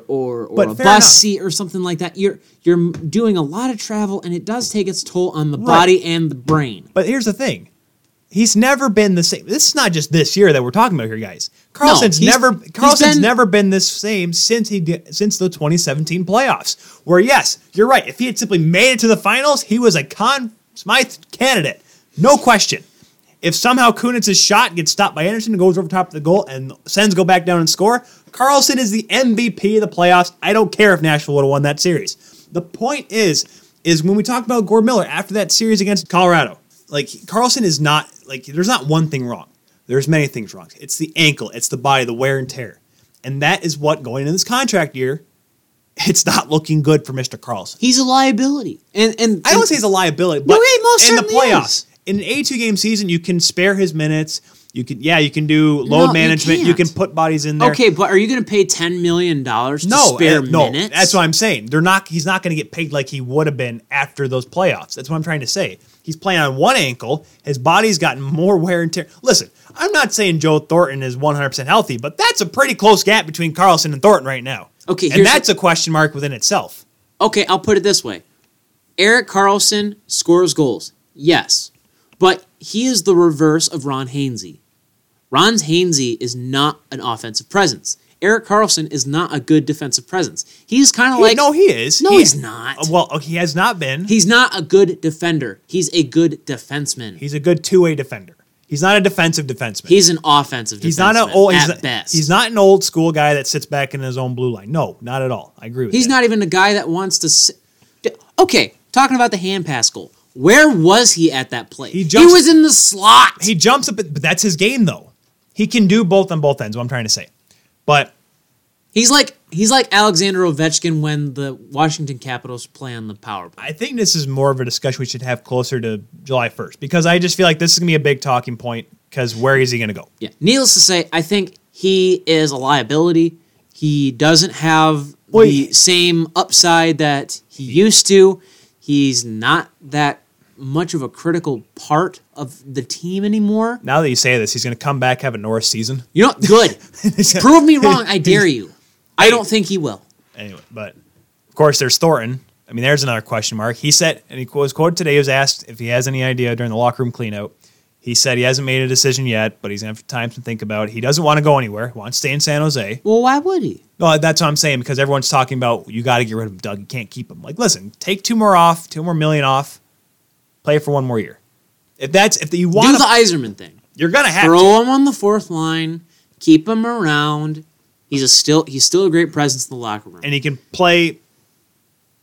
S1: or or
S2: But
S1: a
S2: fair
S1: bus
S2: enough.
S1: seat or something like that, you're you're doing a lot of travel, and it does take its toll on the
S2: Right.
S1: body and the brain.
S2: But here's the thing. He's never been the same. This is not just this year that we're talking about here, guys. Carlson's
S1: he's-
S2: never
S1: he's
S2: Carlson's
S1: been-
S2: never been this same since he did, since the 2017 playoffs. Where yes, you're right. If he had simply made it to the finals, he was a Conn Smythe candidate, no question. If somehow Kunitz's shot gets stopped by Anderson and goes over top of the goal, and Sens go back down and score, Carlson is the MVP of the playoffs. I don't care if Nashville would have won that series. The point is, is when we talk about Gord Miller after that series against Colorado, like Carlson is not like there's not one thing wrong. There's many things wrong. It's the ankle, it's the body, the wear and tear, and that is what going into this contract year, it's not looking good for Mister Carlson.
S1: He's a liability, and and
S2: I don't say he's a liability, but
S1: he most
S2: in the
S1: certainly
S2: playoffs, in an eighty-two game season, you can spare his minutes. You can, yeah, you can do load
S1: you
S2: management. You, can
S1: can't.
S2: put bodies in there.
S1: Okay, but are you going to pay ten million dollars to
S2: no,
S1: spare
S2: uh, no,
S1: minutes?
S2: that's what I'm saying. They're not. He's not going to get paid like he would have been after those playoffs. That's what I'm trying to say. He's playing on one ankle. His body's gotten more wear and tear. Listen, I'm not saying Joe Thornton is 100 percent healthy, but that's a pretty close gap between Carlson and Thornton right now.
S1: Okay,
S2: and
S1: here's
S2: that's a question mark within itself.
S1: okay, I'll put it this way. Eric Carlson scores goals, yes, but he is the reverse of Ron Hainsey. Ron Hainsey is not an offensive presence. Eric Carlson is not a good defensive presence. He's kind of
S2: He-
S1: like
S2: no, he is.
S1: No,
S2: He-
S1: he's not.
S2: Well, oh, he has not been.
S1: He's not a good defender. He's a good defenseman. He's,
S2: He's a good two way defender. He's not a defensive defenseman.
S1: an offensive.
S2: he's
S1: defenseman
S2: not an old.
S1: at
S2: He's, not-
S1: best.
S2: he's not an old school guy that sits back in his own blue line. No, not at all. I agree with.
S1: He's
S2: that.
S1: not even a guy that wants to. s d okay, talking about the hand pass goal. Where was he at that play? He,
S2: jumps-
S1: was in the slot.
S2: He jumps up, but that's his game though. He can do both on both ends. What I'm trying to say, but
S1: He's like he's like Alexander Ovechkin when the Washington Capitals play on the power play.
S2: I think this is more of a discussion we should have closer to July 1st because I just feel like this is gonna be a big talking point. Because where is he gonna go?
S1: Yeah. Needless to say, I think he is a liability. He doesn't have
S2: Well,
S1: the same upside that he used to. He's not that much of a critical part of the team anymore.
S2: Now that you say this, he's going to come back have a Norris season.
S1: You know, good. Prove me wrong. I dare you. I don't think he will.
S2: anyway, but of course, there's Thornton. I mean, there's another question mark. He said, and he was quoted today. He was asked if he has any idea during the locker room cleanout. He said he hasn't made a decision yet, but he's gonna have time to think about it. He doesn't want to go anywhere. Wants to stay in San Jose.
S1: Well, why would he?
S2: No, that's what I'm saying because everyone's talking about you got to get rid of Doug. You can't keep him. Like, listen, take two more off, two more million off, play for one more year. If that's if you
S1: Do
S2: want,
S1: the
S2: to,
S1: Iserman thing.
S2: you're gonna have to.
S1: Throw him on the fourth line. Keep him around. He's a still he's still a great presence in the locker room.
S2: and he can play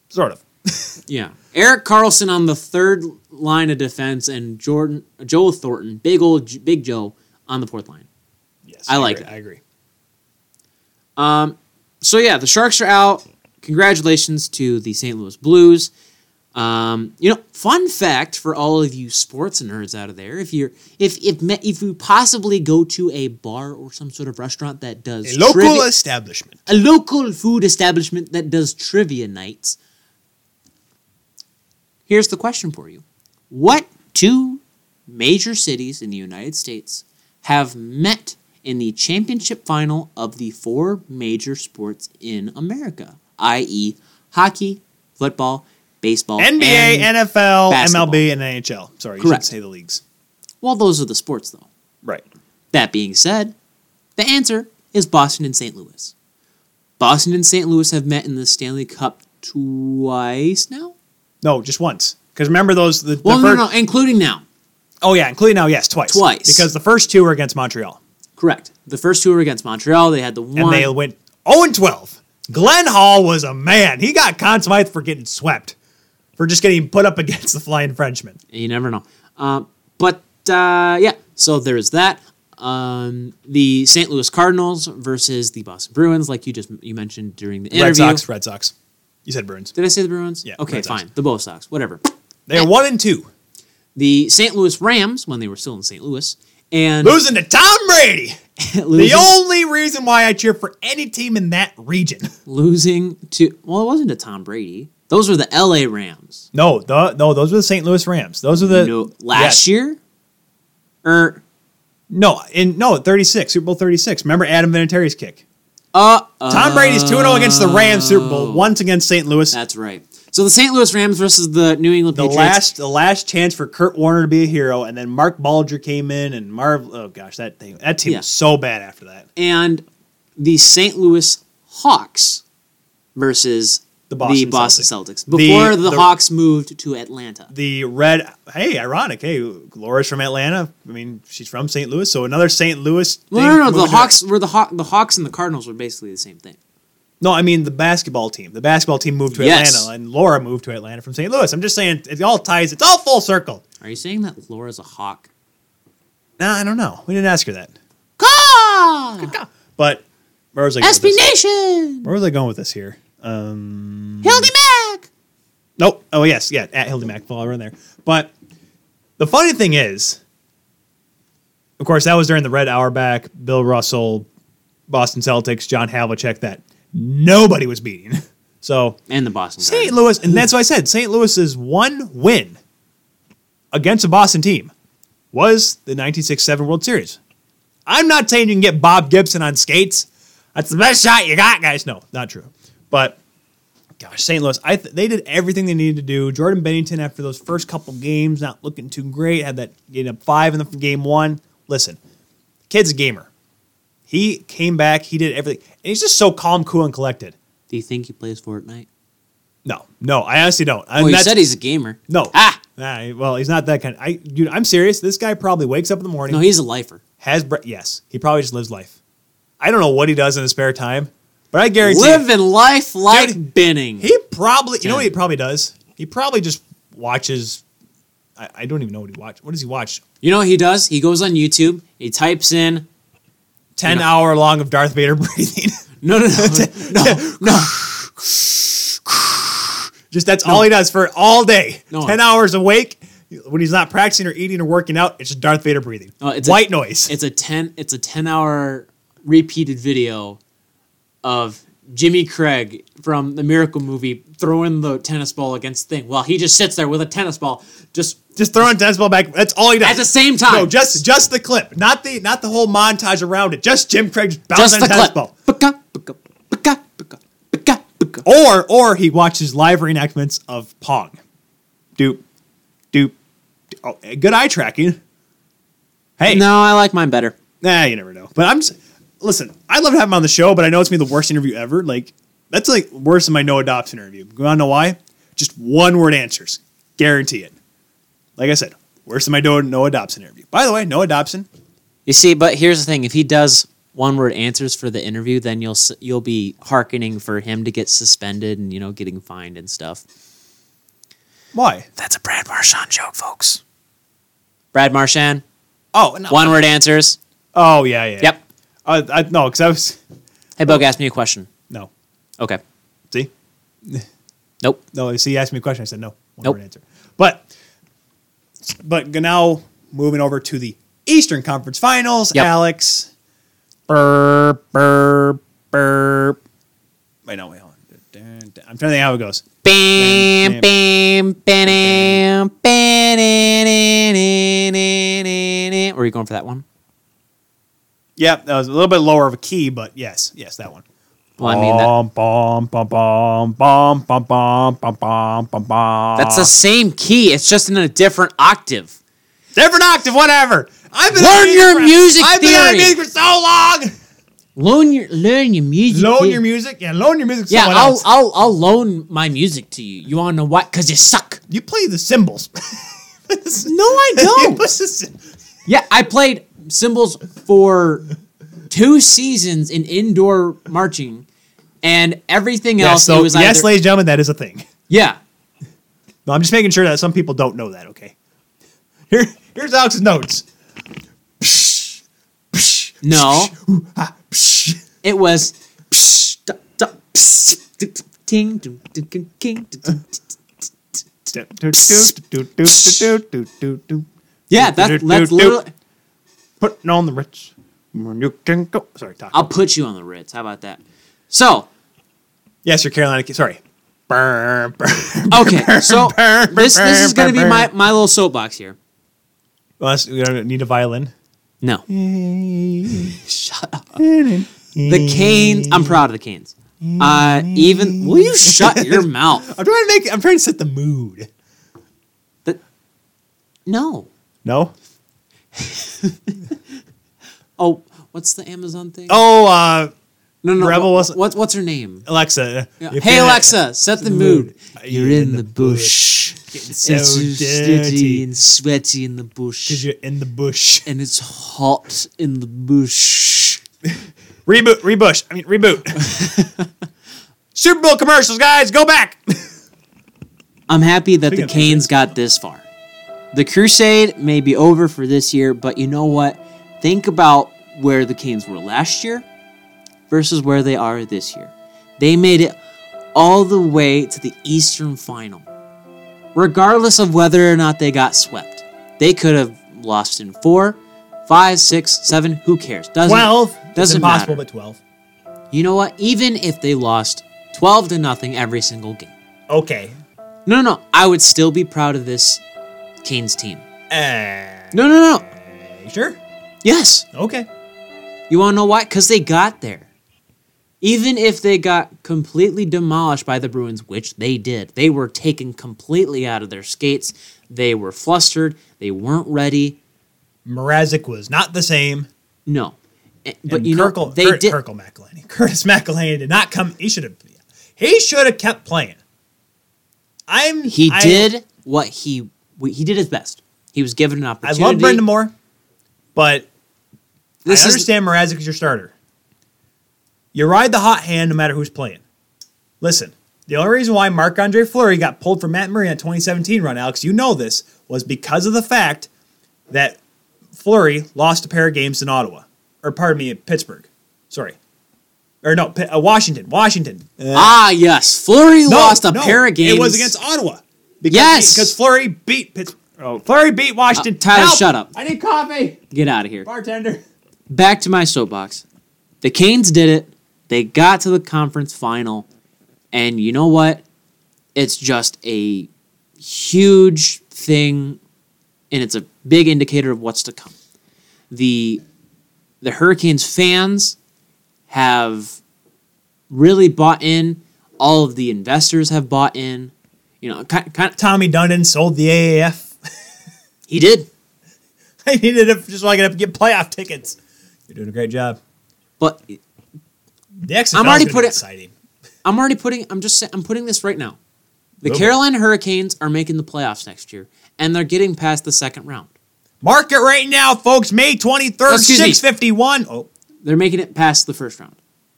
S2: sort of.
S1: Yeah. Eric Carlson on the third line of defense and Jordan Joel Thornton, big old J- big Joe on the fourth line.
S2: Yes,
S1: I like
S2: agree.
S1: that.
S2: I agree.
S1: So yeah, the Sharks are out. Congratulations to the St. Louis Blues. Um, you know, fun fact for all of you sports nerds out of there, if you're if if me- if you possibly go to a bar or some sort of restaurant that does
S2: A local
S1: trivia-
S2: establishment.
S1: a local food establishment that does trivia nights. Here's the question for you What two major cities in the United States have met in the championship final of the four major sports in America, i.e., hockey, football, baseball,
S2: NBA,
S1: and-
S2: NFL,
S1: basketball.
S2: MLB, and NHL. Sorry, you
S1: Correct.
S2: should say the leagues.
S1: well, those are the sports, though.
S2: Right.
S1: That being said, the answer is Boston and St. Louis. Boston and St. Louis have met in the Stanley Cup twice now.
S2: No, just once. Because remember those the,
S1: Well,
S2: the
S1: no,
S2: first,
S1: no, no, including now.
S2: Oh yeah, including now, yes, twice.
S1: Twice.
S2: Because the first two were against Montreal.
S1: Correct. The first two were against Montreal. They had the one.
S2: And they went 0 and 12. Glenn Hall was a man. He got Conn Smythe for getting swept. For just getting put up against the Flying Frenchman.
S1: you never know. Um, but uh, yeah, so there is that. Um, the St. Louis Cardinals versus the Boston Bruins, like you just you mentioned during the interview.
S2: Red Sox, Red Sox. You said Bruins.
S1: Did I say the Bruins?
S2: Yeah,
S1: Okay,
S2: Red Sox.
S1: fine. The Bo Sox, whatever.
S2: They are one and two.
S1: The St. Louis Rams when they were still in St. Louis and
S2: Losing to Tom Brady. The
S1: losing-
S2: only reason why I cheer for any team in that region.
S1: losing to well, it wasn't to Tom Brady. Those were the L.A. Rams.
S2: No, the, no, those were the St. Louis Rams. Those are the
S1: no,
S2: Yes.
S1: last year, Er, or
S2: No, in no, 36, Super Bowl 36. Remember Adam Vinatieri's kick.
S1: uh, uh,
S2: Tom Brady's 2 0 against the Rams Super
S1: Oh.
S2: Bowl, once against St. Louis.
S1: That's right. So the St. Louis Rams versus the New England
S2: the
S1: Patriots.
S2: last the last chance for Kurt Warner to be a hero and then Mark Balger came in and Marv oh gosh, that thing that team
S1: Yeah.
S2: was so bad after that.
S1: and the St. Louis Hawks versus
S2: The Boston
S1: Celtics.
S2: Celtics.
S1: Before
S2: The-
S1: the,
S2: the-
S1: Hawks moved to Atlanta.
S2: The red hey, ironic. Hey, Laura's from Atlanta. I mean, she's from St. Louis, so another St. Louis
S1: Well,
S2: thing
S1: no, no, no. The
S2: moving to-
S1: Hawks were the Haw- the Hawks and the Cardinals were basically the same thing.
S2: No, I mean the basketball team. The basketball team moved to
S1: Yes.
S2: Atlanta and Laura moved to Atlanta from St. Louis. I'm just saying it all ties, it's all full circle.
S1: Are you saying that Laura's a hawk?
S2: Nah, I don't know. We didn't ask her that.
S1: Caw!
S2: But where was I going? With
S1: SB
S2: this?
S1: Nation!
S2: Where was I going with this here? Mm-hmm.
S1: Hildy Mac!
S2: Nope. Oh yes, yeah, at Hildy Mac follower in there. But the funny thing is, of course, that was during the Red Hour back, Bill Russell, Boston Celtics, John Havlicek that nobody was beating. So
S1: And the Boston
S2: St.
S1: Cardinals.
S2: Louis, and that's why I said St. Louis's one win against a Boston team was the 1967 World Series. I'm not saying you can get Bob Gibson on skates. That's the best shot you got, guys. No, not true. But gosh, St. Louis, I th- they did everything they needed to do. Jordan Bennington, after those first couple games, not looking too great, had that getting up five in the game one. Listen, kid's a gamer. He came back. He did everything, and he's just so calm, cool, and collected.
S1: Do you think he plays Fortnite?
S2: No, no, I honestly don't. I
S1: Well, you said he's a gamer.
S2: no.
S1: Ah!
S2: Nah, well, he's not that kind. I, dude, I'm serious. This guy probably wakes up in the morning.
S1: No, he's a lifer.
S2: has bre- yes, he probably just lives life. I don't know what he does in his spare time, but I guarantee
S1: Living life like
S2: Dude,
S1: Benning.
S2: he probably. You know what he probably does? He probably just watches. I, I don't even know what he watch. What does he watch?
S1: You know what he does? He goes on YouTube. He types in
S2: Ten hour long of Darth Vader breathing.
S1: no, no, no, no, no.
S2: just that's all he does for all day.
S1: No.
S2: Ten hours awake. When he's not practicing or eating or working out, it's just Darth Vader breathing.
S1: No, it's a-
S2: White noise.
S1: It's a ten. It's a ten-hour repeated video of Jimmy Craig from the Miracle movie throwing the tennis ball against the thing while he just sits there with a tennis ball just
S2: Just throwing tennis ball back. That's all he does.
S1: at the same time.
S2: No, just just the clip, not the not the whole montage around it. Just Jim Craig just
S1: Just
S2: bouncing
S1: the
S2: a tennis
S1: clip.
S2: ball.
S1: Pika, pika, pika, pika, pika, pika.
S2: Or or he watches live reenactments of Pong. Doop, doop. Oh, good eye tracking. Hey,
S1: No, I like mine better.
S2: nah, you never know. But I'm just listen. I'd love to have him on the show, but I know it's gonna be the worst interview ever. Like that's like worse than my no adoption interview. You wanna know why? Just one word answers, guarantee it. Like I said, worse than my no no adoption interview. By the way, no adoption.
S1: You see, but here's the thing: if he does one word answers for the interview, then you'll s- you'll be hearkening for him to get suspended and you know getting fined and stuff.
S2: Why?
S1: That's a Brad Marchand joke, folks. Brad Marchand,
S2: Oh, no.
S1: one word answers.
S2: Oh yeah, yeah.
S1: Yep.
S2: Uh, I, no, because I was
S1: Hey, Bogue, ask me a question.
S2: no.
S1: Okay.
S2: See,
S1: Nope.
S2: no. See, he asked me a question. I said no. One
S1: Nope.
S2: word answer. But but now moving over to the Eastern Conference Finals,
S1: Yep.
S2: Alex.
S1: Burp, burp, burp.
S2: Wait, no, wait, hold on. I'm trying to think how it goes.
S1: Bam, bam, bam, bam. Were you going for that one?
S2: Yep, that was a little bit lower of a key, but yes, yes, that one.
S1: Well, I mean, that,
S2: bom, bom, bom, bom, bom, bom, bom, bom, bom, bom.
S1: that's the same key. It's just in a different octave.
S2: different octave, whatever. I've been
S1: Learn
S2: on
S1: your
S2: for-
S1: music
S2: I've been on
S1: theory.
S2: music for so long.
S1: Loan your learn your music.
S2: Loan
S1: kid.
S2: your music, yeah. Loan your music. To
S1: Yeah,
S2: someone
S1: I'll,
S2: else.
S1: I'll I'll loan my music to you. You wanna know why? Cause you suck.
S2: You play the cymbals.
S1: No, I
S2: You play
S1: don't.
S2: the cy-
S1: yeah, I played cymbals for two seasons in indoor marching, and everything
S2: Yeah,
S1: else
S2: so-
S1: it was
S2: yes,
S1: either,
S2: ladies and gentlemen, that is a thing.
S1: yeah.
S2: No, I'm just making sure that some people don't know that. Okay. Here, here's Alex's notes.
S1: No,
S2: Psh.
S1: it was. psh, da, da, psh, tick, tick, ting, doo, doo, doo, king, doo, doo, doo. Yeah, that's that's literally.
S2: Putting on the rich. You can go. Sorry, talk.
S1: I'll put you on the Ritz. How about that? So
S2: yes, your Carolina. Ki- Sorry. Burr, burr.
S1: okay, so this this is gonna be my my little soapbox here.
S2: Unless we don't need a violin.
S1: No. shut up. The Canes. I'm proud of the Canes. Uh, even will you shut your mouth?
S2: I'm trying to make. I'm trying to set the mood.
S1: That, no.
S2: No.
S1: Oh, what's the Amazon thing?
S2: Oh, uh,
S1: no, no.
S2: Rebel
S1: what-
S2: wasn't-
S1: What's what's her name?
S2: Alexa.
S1: Yeah.
S2: if
S1: Hey
S2: you're-
S1: Alexa, set the mood. You're in the
S2: bush.
S1: bush.
S2: Getting
S1: It's
S2: so dirty.
S1: dirty and sweaty in the
S2: Because
S1: bush,
S2: you're in the bush.
S1: and it's hot in the bush.
S2: Reboot, rebush. I mean, reboot. Super Bowl commercials, guys. Go back.
S1: I'm happy that the
S2: Speaking of-
S1: Canes got this far. The crusade may be over for this year, but you know what? Think about where the Canes were last year versus where they are this year. They made it all the way to the Eastern Final. Regardless of whether or not they got swept, they could have lost in four, five, six, seven, who cares? Doesn't,
S2: It's
S1: doesn't matter.
S2: impossible, but 12.
S1: you know what? Even if they lost 12 to nothing every single game.
S2: Okay.
S1: No, no, no. I would still be proud of this Canes team.
S2: Uh,
S1: No, no, no.
S2: sure.
S1: Yes.
S2: Okay.
S1: You want to know why? Because they got there. Even if they got completely demolished by the Bruins, which they did, they were taken completely out of their skates. They were flustered. They weren't ready.
S2: Mrazek was not the same.
S1: No. Eh, But
S2: And
S1: you know,
S2: Kirkle-
S1: they
S2: Kurt-
S1: did.
S2: Kirkle McElhinney. Curtis McElhinney did not come. He should have. He should have kept playing. I'm.
S1: He
S2: I-
S1: did what he what- he did his best. He was given an
S2: I
S1: opportunity.
S2: love Brendan Moore, but
S1: This
S2: I
S1: is-
S2: understand Mrazek is your starter. You ride the hot hand no matter who's playing. Listen, the only reason why Marc Andre Fleury got pulled from Matt Murray in that 2017 run, Alex, you know this, was because of the fact that Fleury lost a pair of games in Ottawa. Or pardon me, in Pittsburgh. Sorry. Or no, Pi- uh, Washington. Washington.
S1: ah yes, Flurry
S2: No,
S1: lost a
S2: no,
S1: pair of games.
S2: It was against Ottawa. Because
S1: Yes.
S2: Because Fleury beat Pittsburgh. Oh, Fleury beat Washington.
S1: Uh, Tyler,
S2: Help!
S1: shut up.
S2: I need coffee.
S1: Get out of here.
S2: Bartender.
S1: back to my soapbox. The Canes did it. They got to the conference final, and you know what? It's just a huge thing, and it's a big indicator of what's to come. The the Hurricanes fans have really bought in. All of the investors have bought in. You know, kind, kind of,
S2: Tommy Dundon sold the AAF.
S1: he did,
S2: I needed it just so I could get playoff tickets. You're doing a great job.
S1: but
S2: The XFL
S1: I'm already
S2: is gonna be
S1: putting-
S2: exciting.
S1: I'm already putting. I'm just. sa- I'm putting this right now. The Carolina Hurricanes are making the playoffs next year, and they're getting past the second round.
S2: Mark it right now, folks. May 23rd,
S1: Excuse me.
S2: 651. Oh,
S1: They're making it past the first round.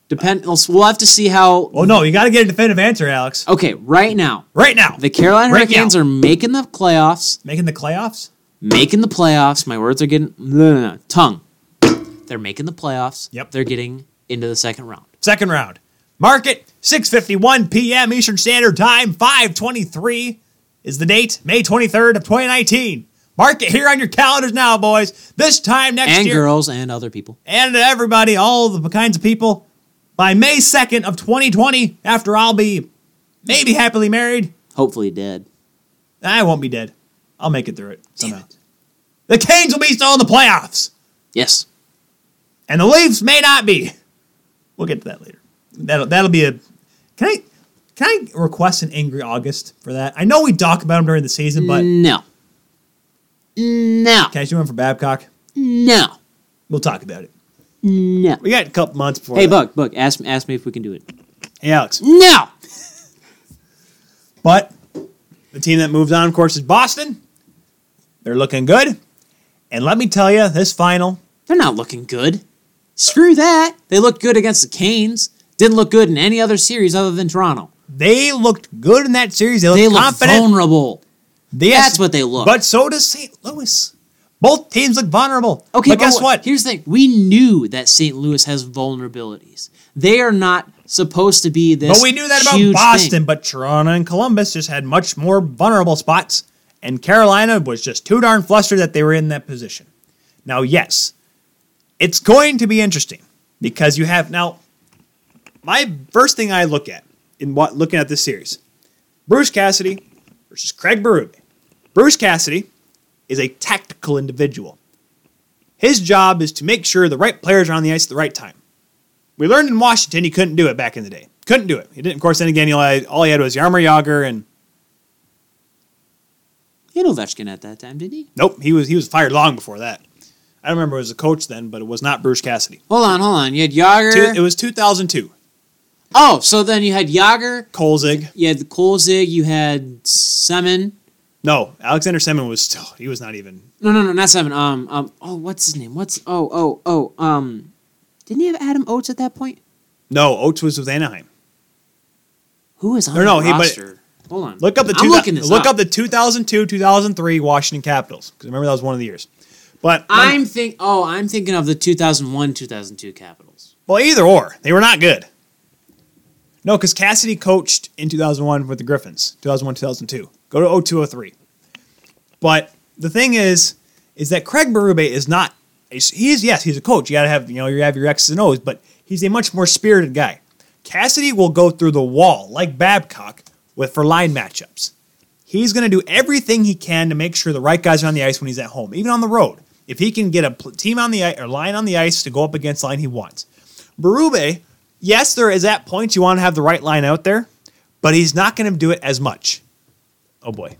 S1: Depend. We'll have to see how.
S2: oh, no. You got to get a definitive answer, Alex.
S1: Okay, right now,
S2: Oh. Right now.
S1: the Carolina
S2: Right
S1: Hurricanes
S2: now.
S1: are making the playoffs.
S2: Making the playoffs?
S1: Making the playoffs. My words are getting no, no, no, tongue. They're making the playoffs.
S2: Yep.
S1: They're getting into the second round.
S2: Second round. Mark it. 6.51 p.m. Eastern Standard Time. 5.23 is the date. May 23rd of 2019. Mark it here on your calendars now, boys. This time next
S1: and
S2: year.
S1: girls and other people.
S2: and to everybody, all the kinds of people, by May 2nd of 2020, after I'll be maybe happily married,
S1: Hopefully dead.
S2: I won't be dead. I'll make it through it
S1: Damn
S2: somehow. The Canes will be still in the playoffs,
S1: Yes.
S2: and the Leafs may not be. We'll get to that later. That'll that'll be a. Can I can I request an angry August for that? I know we talk about him during the season, but can
S1: no. No.
S2: I do one for Babcock?
S1: No.
S2: We'll talk about it.
S1: No.
S2: We got a couple months before.
S1: Hey,
S2: that.
S1: Buck, Buck, ask, ask me if we can do it.
S2: Hey, Alex.
S1: No!
S2: But the team that moves on, of course, is Boston. They're looking good. And let me tell you, this final,
S1: They're not looking good. Screw that. They looked good against the Canes. Didn't look good in any other series other than Toronto.
S2: they looked good in that series. They looked
S1: They look
S2: confident.
S1: vulnerable.
S2: Yes,
S1: That's what they look.
S2: But so does St. Louis. Both teams look vulnerable.
S1: Okay,
S2: but guess
S1: wh-
S2: what?
S1: Here's the thing. We knew that St. Louis has vulnerabilities. They are not supposed to be this
S2: But we knew that
S1: huge
S2: about
S1: thing.
S2: Boston, but Toronto and Columbus just had much more vulnerable spots, and Carolina was just too darn flustered that they were in that position. Now, yes, it's going to be interesting because you have now. My first thing I look at in what looking at this series, Bruce Cassidy versus Craig Berube. Bruce Cassidy is a tactical individual. His job is to make sure the right players are on the ice at the right time. We learned in Washington he couldn't do it back in the day. Couldn't do it. He didn't. Of course, then again, he had, all he had was Yarmer Yager, and
S1: He had Ovechkin at that time, didn't he?
S2: nope, he was he was fired long before that. I don't remember it was a coach then, but it was not Bruce Cassidy.
S1: Hold on, hold on. You had Yager.
S2: Two, it was 2002.
S1: oh, so then you had Yager.
S2: Kolzig.
S1: You had Kolzig. You had Semen.
S2: No, Alexander Semin was still. He was not even.
S1: No, no, no, not seven. Um, um. Oh, what's his name? What's oh, oh, oh. Um, didn't he have Adam Oates at that point?
S2: No, Oates was with Anaheim.
S1: Who was on
S2: Or no,
S1: the
S2: he- but-
S1: roster? Hold on.
S2: Look up the
S1: I'm
S2: two,
S1: looking this
S2: look
S1: up.
S2: up. the 2002 2003 Washington Capitals because remember that was one of the years. But
S1: I'm think. Oh, I'm thinking of the 2001, 2002 Capitals.
S2: well, either or, they were not good. No, because Cassidy coached in 2001 with the Griffins, 2001 2002. Go to 0203. But the thing is, is that Craig Berube is not. is- He is yes, he's a coach. You gotta have you know you have your X's and O's, but he's a much more spirited guy. Cassidy will go through the wall like Babcock with for line matchups. He's gonna do everything he can to make sure the right guys are on the ice when he's at home, even on the road. If he can get a pl- team on the ice or line on the ice to go up against the line he wants, Berube, yes, there is at points you want to have the right line out there, but he's not gonna do it as much. Oh boy.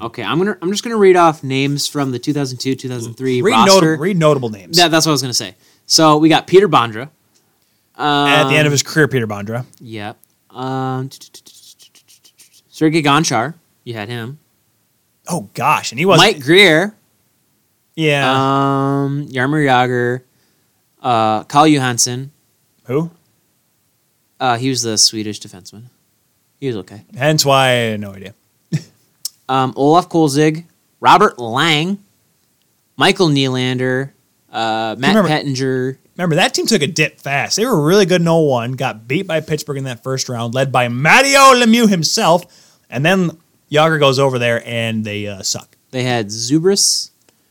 S1: Okay, I'm gonna. I'm just gonna read off names from the 2002, 2003
S2: Read,
S1: roster.
S2: notable, read notable names.
S1: That- that's what I was gonna say. So we got Peter Bondra.
S2: at the end
S1: um,
S2: of his career, Peter Bondra.
S1: Yep. Um, Sergei Gonchar. You had him.
S2: Oh gosh, and he was
S1: Mike Greer.
S2: Yeah,
S1: Um, Yarmer Yager, uh, Carl Johansson.
S2: who?
S1: Uh, he was the Swedish defenseman. He was okay.
S2: Hence why I had no idea.
S1: Um, Olaf Kolzig, Robert Lang, Michael Nylander, uh, Matt
S2: Remember-
S1: Pettinger.
S2: Remember that team took a dip fast. They were really good in 01, got beat by Pittsburgh in that first round, led by Mario Lemieux himself, and then Yager goes over there and they uh, suck.
S1: They had Zubris.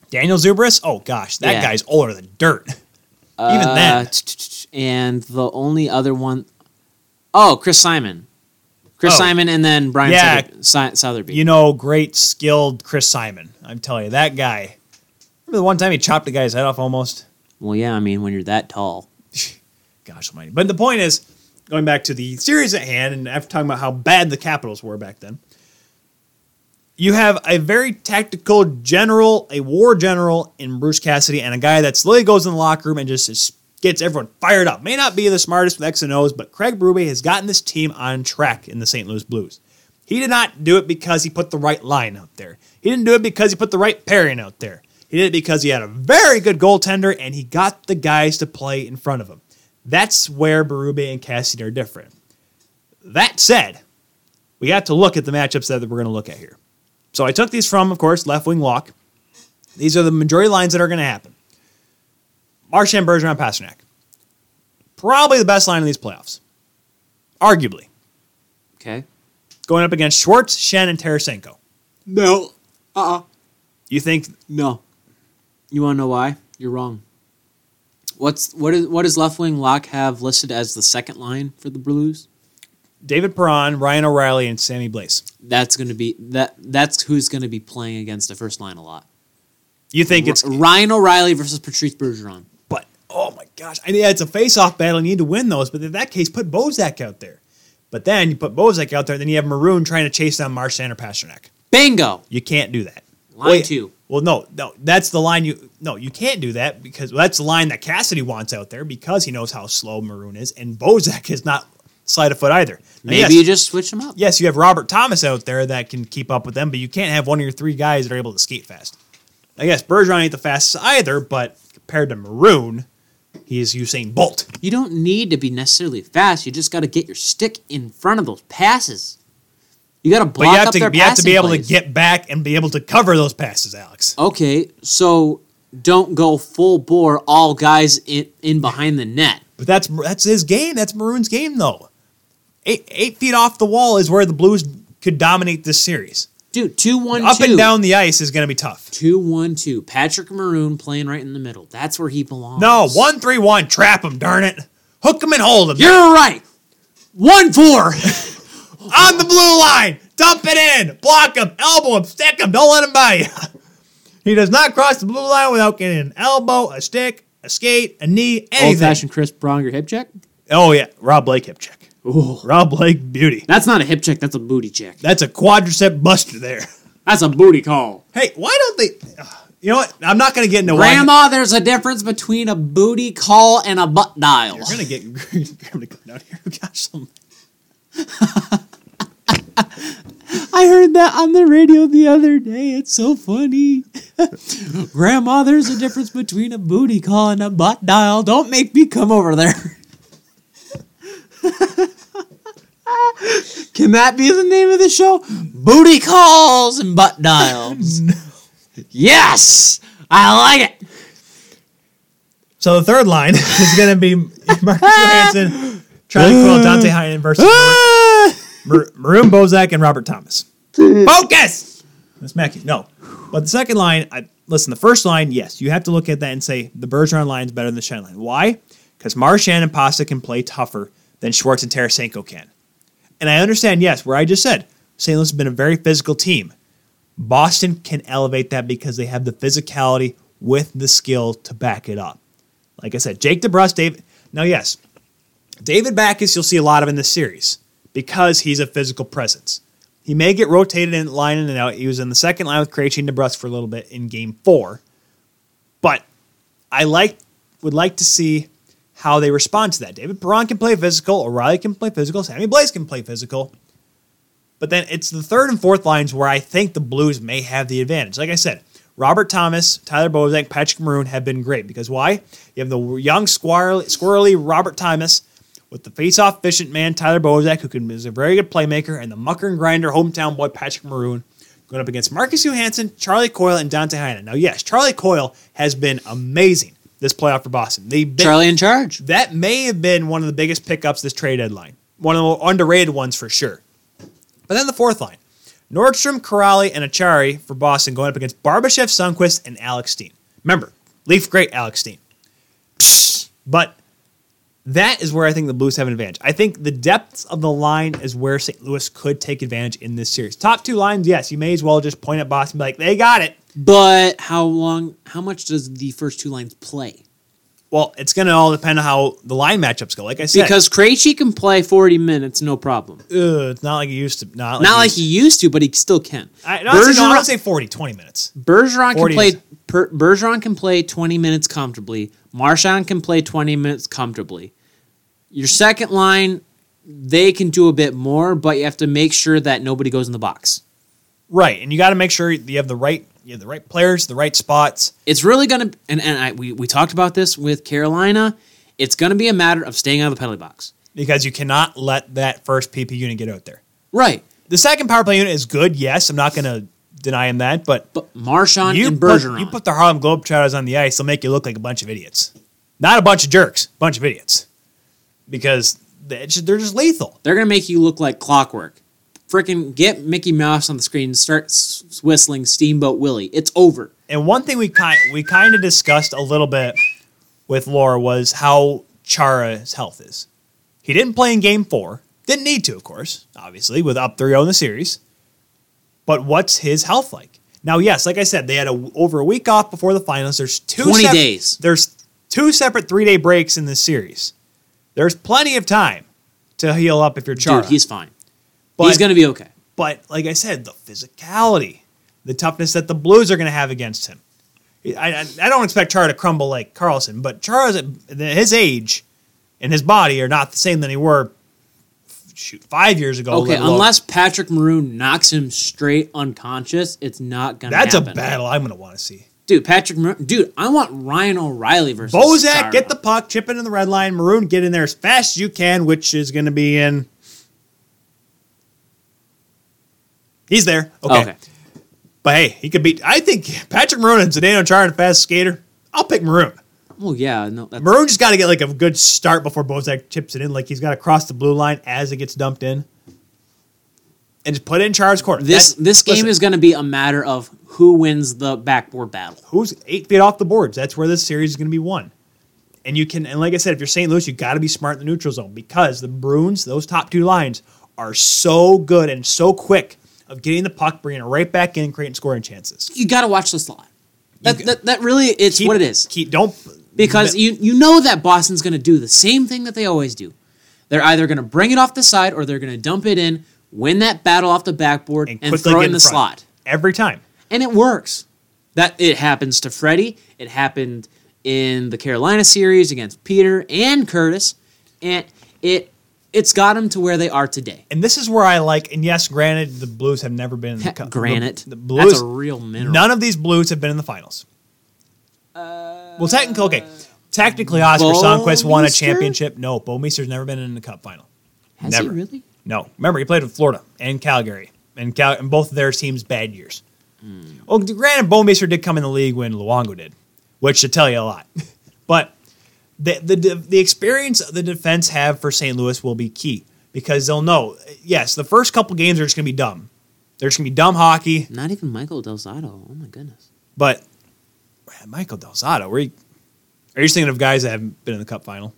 S2: Daniel Zubris, oh gosh, that
S1: Yeah.
S2: guy's older than dirt. Even
S1: uh,
S2: then,
S1: t- t- t- and the only other one oh Chris Simon, Chris
S2: Oh.
S1: Simon, and then Brian
S2: Yeah.
S1: Souther- Si- Southerby.
S2: You know, great skilled Chris Simon. I'm telling you, that guy. Remember the one time he chopped a guy's head off almost?
S1: well, yeah, I mean when you're that tall,
S2: Gosh almighty. But the point is, going back to the series at hand, and after talking about how bad the Capitals were back then, you have a very tactical general, a war general in Bruce Cassidy, and a guy that's literally goes in the locker room and just is, gets everyone fired up. May not be the smartest with X and O's, but Craig Brube has gotten this team on track in the St. Louis Blues. He did not do it because he put the right line out there. He didn't do it because he put the right pairing out there. He did it because he had a very good goaltender and he got the guys to play in front of him. That's where Berube and Cassidy are different. That said, we got to look at the matchups that we're going to look at here. So I took these from, of course, Left Wing Walk. These are the majority lines that are going to happen. Marchand, Bergeron, Pasternak. Probably the best line in these playoffs. Arguably.
S1: okay.
S2: Going up against Schwartz, Shen, and Tarasenko.
S1: No,
S2: You think
S1: no. You want to know why? You're wrong. What's what is what does left wing lock have listed as the second line for the Blues?
S2: David Perron, Ryan O'Reilly, and Sammy Blaise.
S1: That's going to be that. That's who's going to be playing against the first line a lot.
S2: You think it's
S1: R- Ryan O'Reilly versus Patrice Bergeron.
S2: But oh my gosh, I mean, yeah, it's a face-off battle. You need to win those. But in that case, put Bozak out there. But then you put Bozak out there, then you have Maroon trying to chase down Marchand or Pasternak.
S1: Bingo.
S2: You can't do that.
S1: Line
S2: Wait,
S1: two.
S2: Well, no, no, that's the line you. No, you can't do that because well, that's the line that Cassidy wants out there because he knows how slow Maroon is, and Bozak is not slight of foot either. Now,
S1: Maybe
S2: yes,
S1: you just switch them up.
S2: yes, you have Robert Thomas out there that can keep up with them, but you can't have one of your three guys that are able to skate fast. I guess Bergeron ain't the fastest either, but compared to Maroon, he is Usain Bolt.
S1: You don't need to be necessarily fast. You just got to get your stick in front of those passes. You got to
S2: But
S1: block
S2: you have
S1: up
S2: to
S1: their
S2: you have to be
S1: passing
S2: able
S1: plays.
S2: to get back and be able to cover those passes, Alex.
S1: Okay, so don't go full bore, all guys in, in behind the net.
S2: But that's that's his game. That's Maroon's game, though. Eight eight feet off the wall is where the Blues could dominate this series.
S1: Dude, two one
S2: Up
S1: two.
S2: and down the ice is going to be tough.
S1: Two one two. Patrick Maroon playing right in the middle. That's where he belongs.
S2: No, one three one, trap him, darn it, hook him and hold him
S1: You're right. One four.
S2: on the blue line, dump it in, block him, elbow him, stick him, don't let him by you. he does not cross the blue line without getting an elbow, a stick, a skate, a knee,
S1: Old
S2: anything.
S1: fashioned Chris Bronger hip check.
S2: Oh yeah, Rob Blake hip check. Rob Blake beauty.
S1: That's not a hip check. That's a booty check.
S2: That's a quadricep buster there.
S1: That's a booty call.
S2: Hey, why don't they? You know what? I'm not going to get into why-
S1: Grandma, there's a difference between a booty call and a butt dial.
S2: You're gonna get Graham to come down here. Gosh, some-
S1: I heard that on the radio the other day. It's so funny. Grandma, there's a difference between a booty call and a butt dial. Don't make me come over there. Can that be the name of the show? Booty calls and butt dials. Yes! I like it!
S2: So the third line is gonna be Marcus Johansson, Charlie Quill, Dante Heinen versus Mar- Maroon Bozak and Robert Thomas. Focus. That's Mackey. No, but the second line. I, listen, the first line. Yes, you have to look at that and say the Bergeron line is better than the Shen line. Why? Because Marchand and Pasta can play tougher than Schwartz and Tarasenko can. And I understand. Yes, where I just said St. Louis has been a very physical team. Boston can elevate that because they have the physicality with the skill to back it up. Like I said, Jake DeBrus, David. Now, yes, David Backus, you'll see a lot of in this series because he's a physical presence. He may get rotated in line in and out. He was in the second line with Krejci and DeBrus for a little bit in Game Four, but I like would like to see how they respond to that. David Perron can play physical. O'Reilly can play physical. Sammy Blaze can play physical. But then it's the third and fourth lines where I think the Blues may have the advantage. Like I said, Robert Thomas, Tyler Bozak, Patrick Maroon have been great because why? You have the young squirrely, squirrely Robert Thomas with the face-off efficient man Tyler Bozak, who can, is a very good playmaker, and the mucker and grinder hometown boy Patrick Maroon going up against Marcus Johansson, Charlie Coyle, and Dante Heinen. Now, yes, Charlie Coyle has been amazing this playoff for Boston. They've been,
S1: Charlie in charge.
S2: that may have been one of the biggest pickups this trade deadline. One of the more underrated ones for sure. But then the fourth line Nordstrom, Corrali, and Achari for Boston going up against Barbashev, Sunquist, and Alex Steen. Remember, Leaf great Alex Steen. But That is where I think the Blues have an advantage. I think the depths of the line is where St. Louis could take advantage in this series. Top two lines, yes, you may as well just point at Boston and be like, they got it.
S1: But how long? How much does the first two lines play?
S2: Well, it's going to all depend on how the line matchups go. Like I said,
S1: Because Krejci can play forty minutes, no problem.
S2: Ugh, it's not like you used to. Not like,
S1: Not
S2: you
S1: like
S2: used
S1: he used to, but he still can.
S2: to. I, no, I'd say- no, I
S1: Bergeron-
S2: would say 40, 20 minutes.
S1: Bergeron can
S2: 40
S1: play.
S2: is-
S1: Per, Bergeron can play twenty minutes comfortably. Marchand can play twenty minutes comfortably. Your second line, they can do a bit more, but you have to make sure that nobody goes in the box.
S2: Right, and you got to make sure you have the right you have the right players, the right spots.
S1: It's really gonna and and I, we we talked about this with Carolina. It's gonna be a matter of staying out of the penalty box.
S2: because you cannot let that first PP unit get out there.
S1: Right.
S2: The second power play unit is good, yes. I'm not going to deny him that, but
S1: But Marshawn
S2: you
S1: and
S2: put,
S1: Bergeron.
S2: you put the Harlem Globetrotters on the ice, they'll make you look like a bunch of idiots. Not a bunch of jerks, a bunch of idiots, because they- it's just- they're just lethal.
S1: they're gonna make you look like clockwork. Freaking get Mickey Mouse on the screen and start s- whistling Steamboat Willie. It's over.
S2: And one thing we kind we kind of discussed a little bit with Laura was how Chara's health is. He didn't play in game four. Didn't need to, of course, obviously, with up 3 0 in the series. But what's his health like? Now, yes, like I said, they had a, over a week off before the finals. There's two
S1: 20 days.
S2: There's two separate three day breaks in this series. There's plenty of time to heal up if you're Chara.
S1: Dude, he's fine.
S2: But-
S1: he's gonna be okay.
S2: But like I said, the physicality, the toughness that the Blues are going to have against him. I, I, I don't expect Chara to crumble like Carlson, but Chara's at his age and his body are not the same than they were shoot five years ago.
S1: Okay,
S2: let alone-
S1: unless Patrick Maroon knocks him straight unconscious, it's not gonna.
S2: that's
S1: happen.
S2: a battle I'm going to want to see.
S1: dude. Patrick, Maroon, dude, I want Ryan O'Reilly versus
S2: Bozak,
S1: Chara.
S2: get the puck, chip it in the red line. Maroon, get in there as fast as you can, which is going to be in. He's there.
S1: Okay.
S2: okay. But hey, he could beat. I think Patrick Maroon and Zdeno Chara and fast skater. I'll pick Maroon.
S1: Well, Oh, yeah, no, that's,
S2: Maroon just got to get like a good start before Bozak chips it in. Like he's got to cross the blue line as it gets dumped in, and just put it in Chara's corner.
S1: this
S2: That's-
S1: this game
S2: listen,
S1: is gonna be a matter of who wins the backboard battle.
S2: who's eight feet off the boards. That's where this series is going to be won. And you can, and like I said, if you're St. Louis, you got to be smart in the neutral zone because the Bruins, those top two lines, are so good and so quick of getting the puck, bringing it right back in, creating scoring chances.
S1: You gotta watch the slot. That,
S2: You-
S1: that, that really it's
S2: Keep-
S1: what it is.
S2: Keep, don't
S1: because you you know that Boston's going to do the same thing that they always do. They're either going to bring it off the side or they're going to dump it in, win that battle off the backboard, and,
S2: quickly
S1: throw
S2: get
S1: it in the
S2: front.
S1: slot.
S2: every time.
S1: And it works. That it happens to Freddie. It happened in the Carolina series against Peter and Curtis, and it it's got them to where they are today.
S2: And this is where I like, and yes, granted, the Blues have never been in the cup.
S1: Granite,
S2: The, the Blues,
S1: that's a real mineral.
S2: none of these Blues have been in the finals. well, technically, okay. Technically, Oscar
S1: Bo
S2: Sundquist won a
S1: Uh, Meester?
S2: championship. No, Bo Meester's never been in the cup final.
S1: Has
S2: never.
S1: he really?
S2: No. Remember, he played with Florida and Calgary, and, Cal- and both of their teams' bad years. Well, granted, Bo Meester did come in the league when Luongo did, which should tell you a lot. but the, the, the experience the defense have for St. Louis will be key because they'll know, yes, the first couple games are just going to be dumb. They're just going to be dumb hockey,
S1: Not even Michael Delzato. Oh my goodness.
S2: but man, Michael Delzato, where you, are you just thinking of guys that haven't been in the cup final?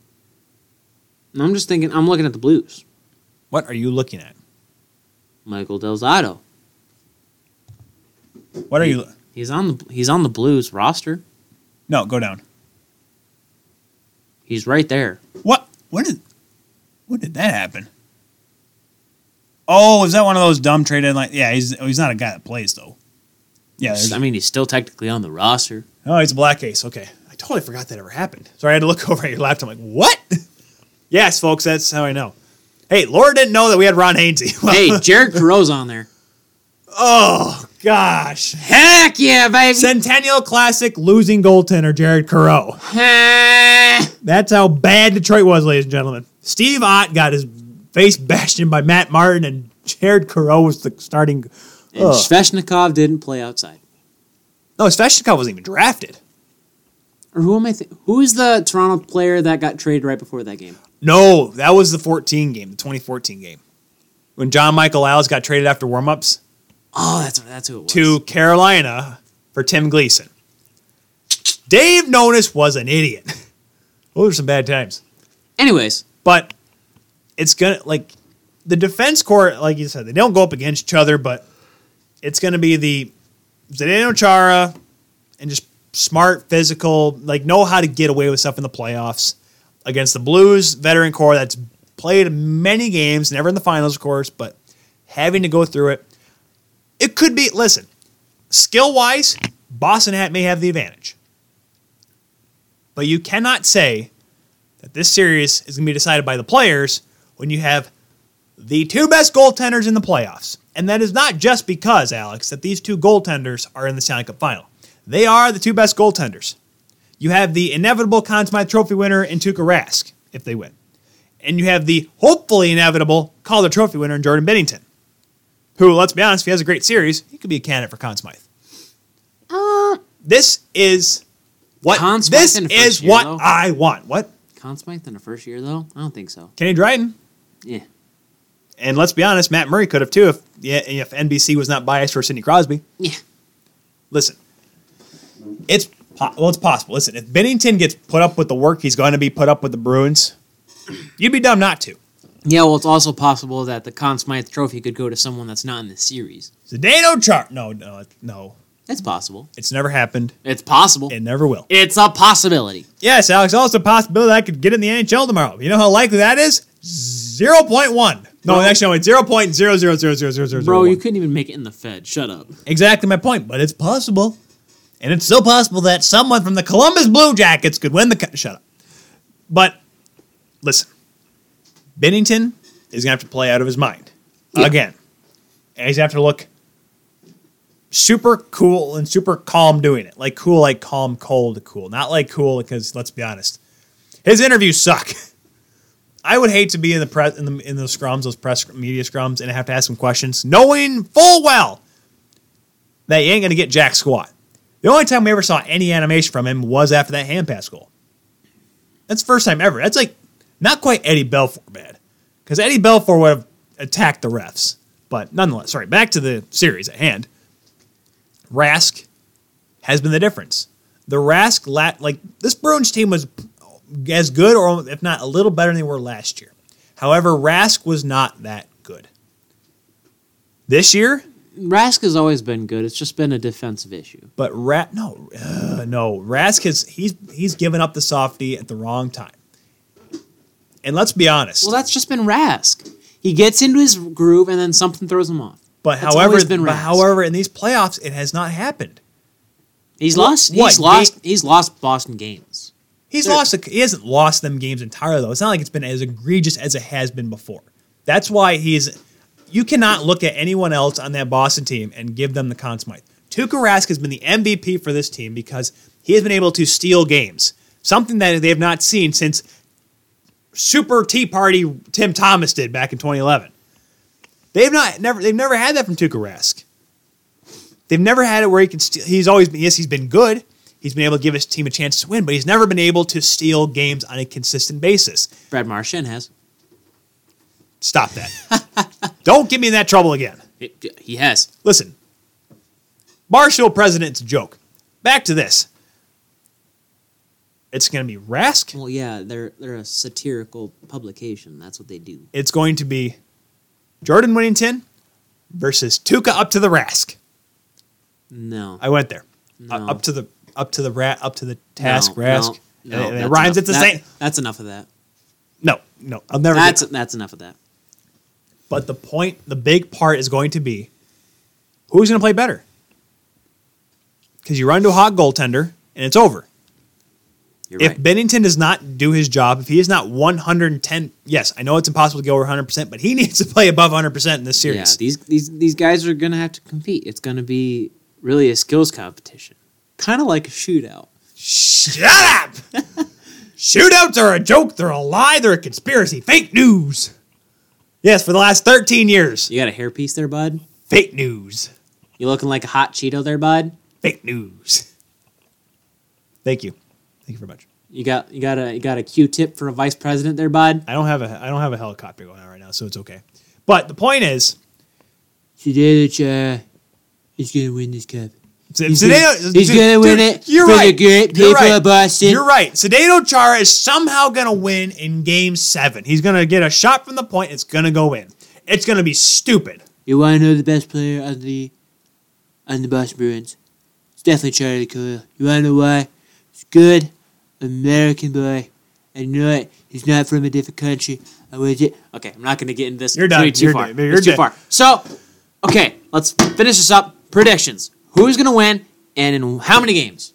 S1: And I'm just thinking. I'm looking at the Blues.
S2: What are you looking at?
S1: Michael Delzato.
S2: What are you?
S1: He's on the he's on the Blues roster.
S2: No, go down.
S1: He's right there.
S2: What? When did? When did that happen? Oh, is that one of those dumb trade deadline? Yeah, he's oh, he's not a guy that plays though. Yeah. there's-
S1: I mean, he's still technically on the roster.
S2: Oh, he's a black ace. Okay, I totally forgot that ever happened. Sorry, I had to look over at your laptop. I'm like, what? yes, folks, that's how I know. Hey, Laura didn't know that we had Ron Hainsey. Well,
S1: Hey, Jared Carro's on there.
S2: oh gosh,
S1: Heck yeah, baby!
S2: Centennial Classic losing goaltender Jared Caro.
S1: Ah.
S2: That's how bad Detroit was, ladies and gentlemen. Steve Ott got his face bashed in by Matt Martin, and Jared Caro was the starting.
S1: and
S2: Ugh.
S1: Sveshnikov didn't play outside.
S2: No, Sveshnikov wasn't even drafted.
S1: Or who am I? Th- who is the Toronto player that got traded right before that game?
S2: No, that was the 14 game, the 2014 game, when John Michael Lyles got traded after warmups
S1: Oh, that's that's who it was.
S2: to Carolina for Tim Gleason. Dave Nonis was an idiot. Those were some bad times.
S1: Anyways,
S2: But it's gonna like the defense court, like you said, they don't go up against each other, but it's gonna be the Zdeno Chara and just smart, physical, like know how to get away with stuff in the playoffs against the Blues veteran core that's played many games, never in the finals, of course, but having to go through it. It could be listen, skill wise, Boston hat may have the advantage. But you cannot say that this series is going to be decided by the players when you have the two best goaltenders in the playoffs. And that is not just because, Alex, that these two goaltenders are in the Stanley Cup final. They are the two best goaltenders. You have the inevitable Conn Smythe Trophy winner in Tuukka Rask, if they win. And you have the hopefully inevitable Calder Trophy winner in Jordan Bennington, who, let's be honest, if he has a great series, he could be a candidate for Conn Smythe. this is what
S1: Conn Smythe
S2: this
S1: in the first
S2: is
S1: year,
S2: what
S1: though.
S2: I want. What
S1: Conn Smythe in the first year though, I don't think so.
S2: Kenny Dryden.
S1: Yeah,
S2: And let's be honest, Matt Murray could have too if yeah, if NBC was not biased for Sidney Crosby.
S1: yeah.
S2: Listen, it's po- well, it's possible. Listen, if Bennington gets put up with the work he's going to be put up with the Bruins, you'd be dumb not to.
S1: Yeah, well, it's also possible that the Conn Smythe Trophy could go to someone that's not in the series.
S2: Zdeno Char. No, no, it- no.
S1: It's possible.
S2: It's never happened.
S1: It's possible.
S2: It never will.
S1: It's a possibility.
S2: Yes, Alex. Also, a possibility I could get in the NHL tomorrow. You know how likely that is? Zero point one. No,
S1: Bro.
S2: actually, no. It's zero point zero zero zero zero zero zero.
S1: Bro, you couldn't even make it in the Fed. Shut up.
S2: Exactly my point, but it's possible. And it's so possible that someone from the Columbus Blue Jackets could win the. Co- Shut up. But listen, Bennington is going to have to play out of his mind
S1: Yeah.
S2: again. And he's going to have to look super cool and super calm doing it. Like cool, like calm, cold, cool. Not like cool because let's be honest, his interviews suck. I would hate to be in the press in, the, in those scrums, those press media scrums, and have to ask some questions, knowing full well that you ain't gonna get jack squat. The only time we ever saw any animation from him was after that hand pass goal. That's the first time ever. That's like not quite Eddie Belfour bad, because Eddie Belfour would have attacked the refs. But nonetheless, sorry. Back to the series at hand. Rask has been the difference. The Rask lat like this Bruins team was as good or if not a little better than they were last year. However, Rask was not that good. This year,
S1: Rask has always been good. It's just been a defensive issue.
S2: but Rat, no, uh, no. Rask has he's he's given up the softy at the wrong time. And let's be honest.
S1: Well, that's just been Rask. He gets into his groove and then something throws him off.
S2: but
S1: that's
S2: however,
S1: always been
S2: but
S1: Rask.
S2: however, in these playoffs, it has not happened.
S1: He's
S2: Wh-
S1: lost.
S2: what?
S1: He's lost. He's lost Boston games.
S2: He's
S1: There-
S2: lost. A, he hasn't lost them games entirely though. It's not like it's been as egregious as it has been before. That's why he's. You cannot look at anyone else on that Boston team and give them the Conn Smythe. Tuukka Rask has been the MVP for this team because he has been able to steal games, something that they have not seen since Super Tea Party Tim Thomas did back in 2011. They've not never they've never had that from Tuukka Rask. They've never had it where he can steal. He's always been, yes, he's been good. He's been able to give his team a chance to win, but he's never been able to steal games on a consistent basis.
S1: Brad Marchand has.
S2: Stop that. Don't get me in that trouble again.
S1: It- He has.
S2: Listen, Marshall president's a joke. Back to this. It's going to be Rask.
S1: Well, yeah, they're they're a satirical publication. That's what they do.
S2: It's going to be Jordan Winnington versus Tuca up to the Rask.
S1: No,
S2: I went there.
S1: No.
S2: Uh, up to the up to the rat up to the task
S1: no,
S2: Rask.
S1: No,
S2: and, it- and it
S1: that's
S2: rhymes.
S1: enough.
S2: It's the
S1: That-
S2: same.
S1: That's enough of that.
S2: No, no, I'll never.
S1: That's
S2: do that.
S1: that's enough of that.
S2: But the point, the big part is going to be who's going to play better. Because you run into a hot goaltender and it's over.
S1: You're
S2: If
S1: right.
S2: Bennington does not do his job, if he is not 110, yes, I know it's impossible to go over 100%, but he needs to play above 100% in this
S1: yeah,
S2: series.
S1: these these these guys are gonna have to compete. It's gonna be really a skills competition, kind of like a shootout.
S2: Shut up! Shootouts are a joke, they're a lie, they're a conspiracy, fake news. Yes, for the last 13 years,
S1: You got a hairpiece there, bud.
S2: fake news.
S1: You looking like a hot Cheeto there, bud.
S2: fake news. Thank you. Thank you very much.
S1: You got you got a you got a Q-tip for a vice president there, bud.
S2: I don't have a I don't have a helicopter going on right now, so it's okay. But the point is,
S1: Today that uh, is gonna win this cup. He's good- he's good with it
S2: You're
S1: for the
S2: right.
S1: great
S2: You're
S1: people
S2: right.
S1: of Boston.
S2: You're right. Sedano Chara is somehow going to win in Game Seven. He's going to get a shot from the point. It's going to go in. It's going to be stupid.
S1: You want to know the best player on the on the Boston Bruins? It's definitely Charlie Coyle. You want to know why? He's a good American boy. I know it. He's not from a different country. I was it. Okay, I'm not going to get into this.
S2: You're
S1: It's
S2: done.
S1: way Too
S2: You're
S1: far.
S2: done. You're
S1: It's too
S2: done.
S1: far. So, okay, let's finish this up. Predictions: Who's going to win, and in how many games?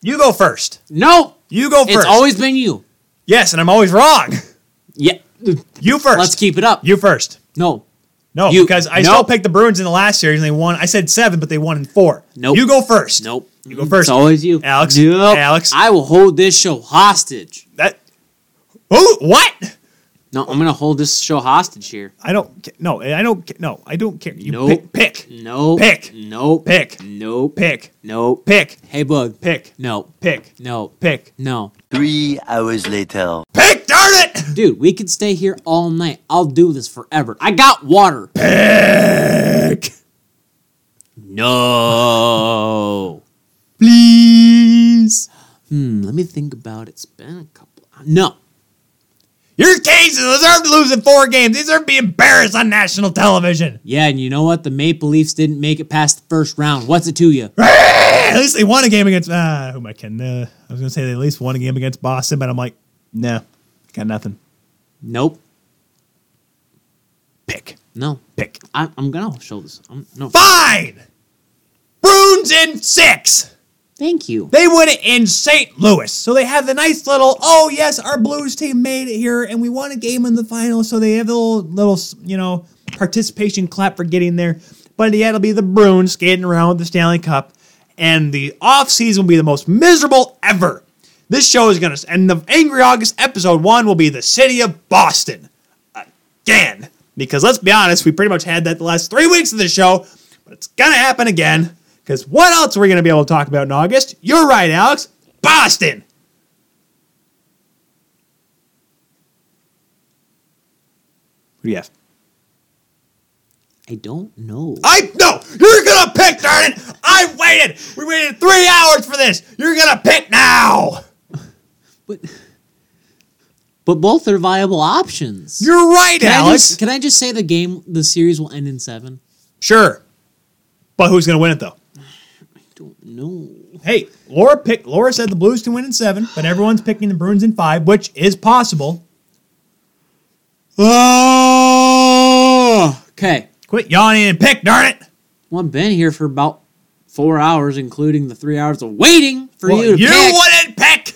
S2: You go first.
S1: No,
S2: You go
S1: it's
S2: first.
S1: always been you.
S2: yes, and I'm always wrong.
S1: Yeah,
S2: You first.
S1: let's keep it up.
S2: you first.
S1: no,
S2: No,
S1: You-
S2: because I
S1: no.
S2: still picked the Bruins in the last series and they won. I said seven, but they won in four.
S1: Nope.
S2: You go first.
S1: nope.
S2: You go first.
S1: It's always you,
S2: Alex.
S1: Nope.
S2: Alex.
S1: I will hold this show hostage.
S2: That. Who? What?
S1: No, I'm gonna hold this show hostage here.
S2: I don't. ca- No, eh, I don't. ca- No, I don't care. You
S1: Nope.
S2: pick. Pick.
S1: No.
S2: Pick.
S1: Nope.
S2: Pick.
S1: Nope.
S2: Pick.
S1: Nope.
S2: Pick.
S1: Hey, bug.
S2: Pick.
S1: No.
S2: Pick.
S1: No.
S2: Pick.
S1: No.
S4: Three hours later.
S2: Pick. Darn it!
S1: Dude, we could stay here all night. I'll do this forever. I got water.
S2: Pick.
S1: No.
S2: Please.
S1: Hmm. Let me think about it. It's been a couple. No.
S2: Your cases deserve to lose in four games. These are being embarrassed on national television.
S1: Yeah, and you know what? The Maple Leafs didn't make it past the first round. What's it to you?
S2: Eh, At least they won a game against. Ah, who am I kidding? Uh, I was gonna say they at least won a game against Boston, but I'm like, no, got nothing.
S1: Nope.
S2: Pick.
S1: No.
S2: Pick.
S1: I, I'm gonna show this. I'm, no.
S2: Fine. Bruins in six.
S1: Thank you.
S2: They win it in St. Louis. So they have the nice little, oh, yes, our Blues team made it here and we won a game in the final. So they have a little, little you know, participation clap for getting there. But yeah, it'll be the Bruins skating around with the Stanley Cup. And the offseason will be the most miserable ever. This show is going to, and the Angry August episode one will be the city of Boston again. Because let's be honest, we pretty much had that the last three weeks of the show, but it's gonna happen again. Because what else are we gonna be able to talk about in August? You're right, Alex. Boston. Who do you have?
S1: I don't know.
S2: I no. You're gonna pick, darn it! I waited. We waited three hours for this. You're gonna pick now.
S1: But, but both are viable options.
S2: You're right,
S1: Can I,
S2: Alex.
S1: just, can I just say the game, the series will end in seven?
S2: Sure. But who's gonna win it though?
S1: Don't know.
S2: Hey, Laura picked. Laura said the Blues to win in seven, but everyone's picking the Bruins in five, which is possible. Oh!
S1: Okay.
S2: Quit yawning and pick, darn it!
S1: Well, I've been here for about four hours, including the three hours of waiting for
S2: Well,
S1: you to
S2: you
S1: pick.
S2: wouldn't pick.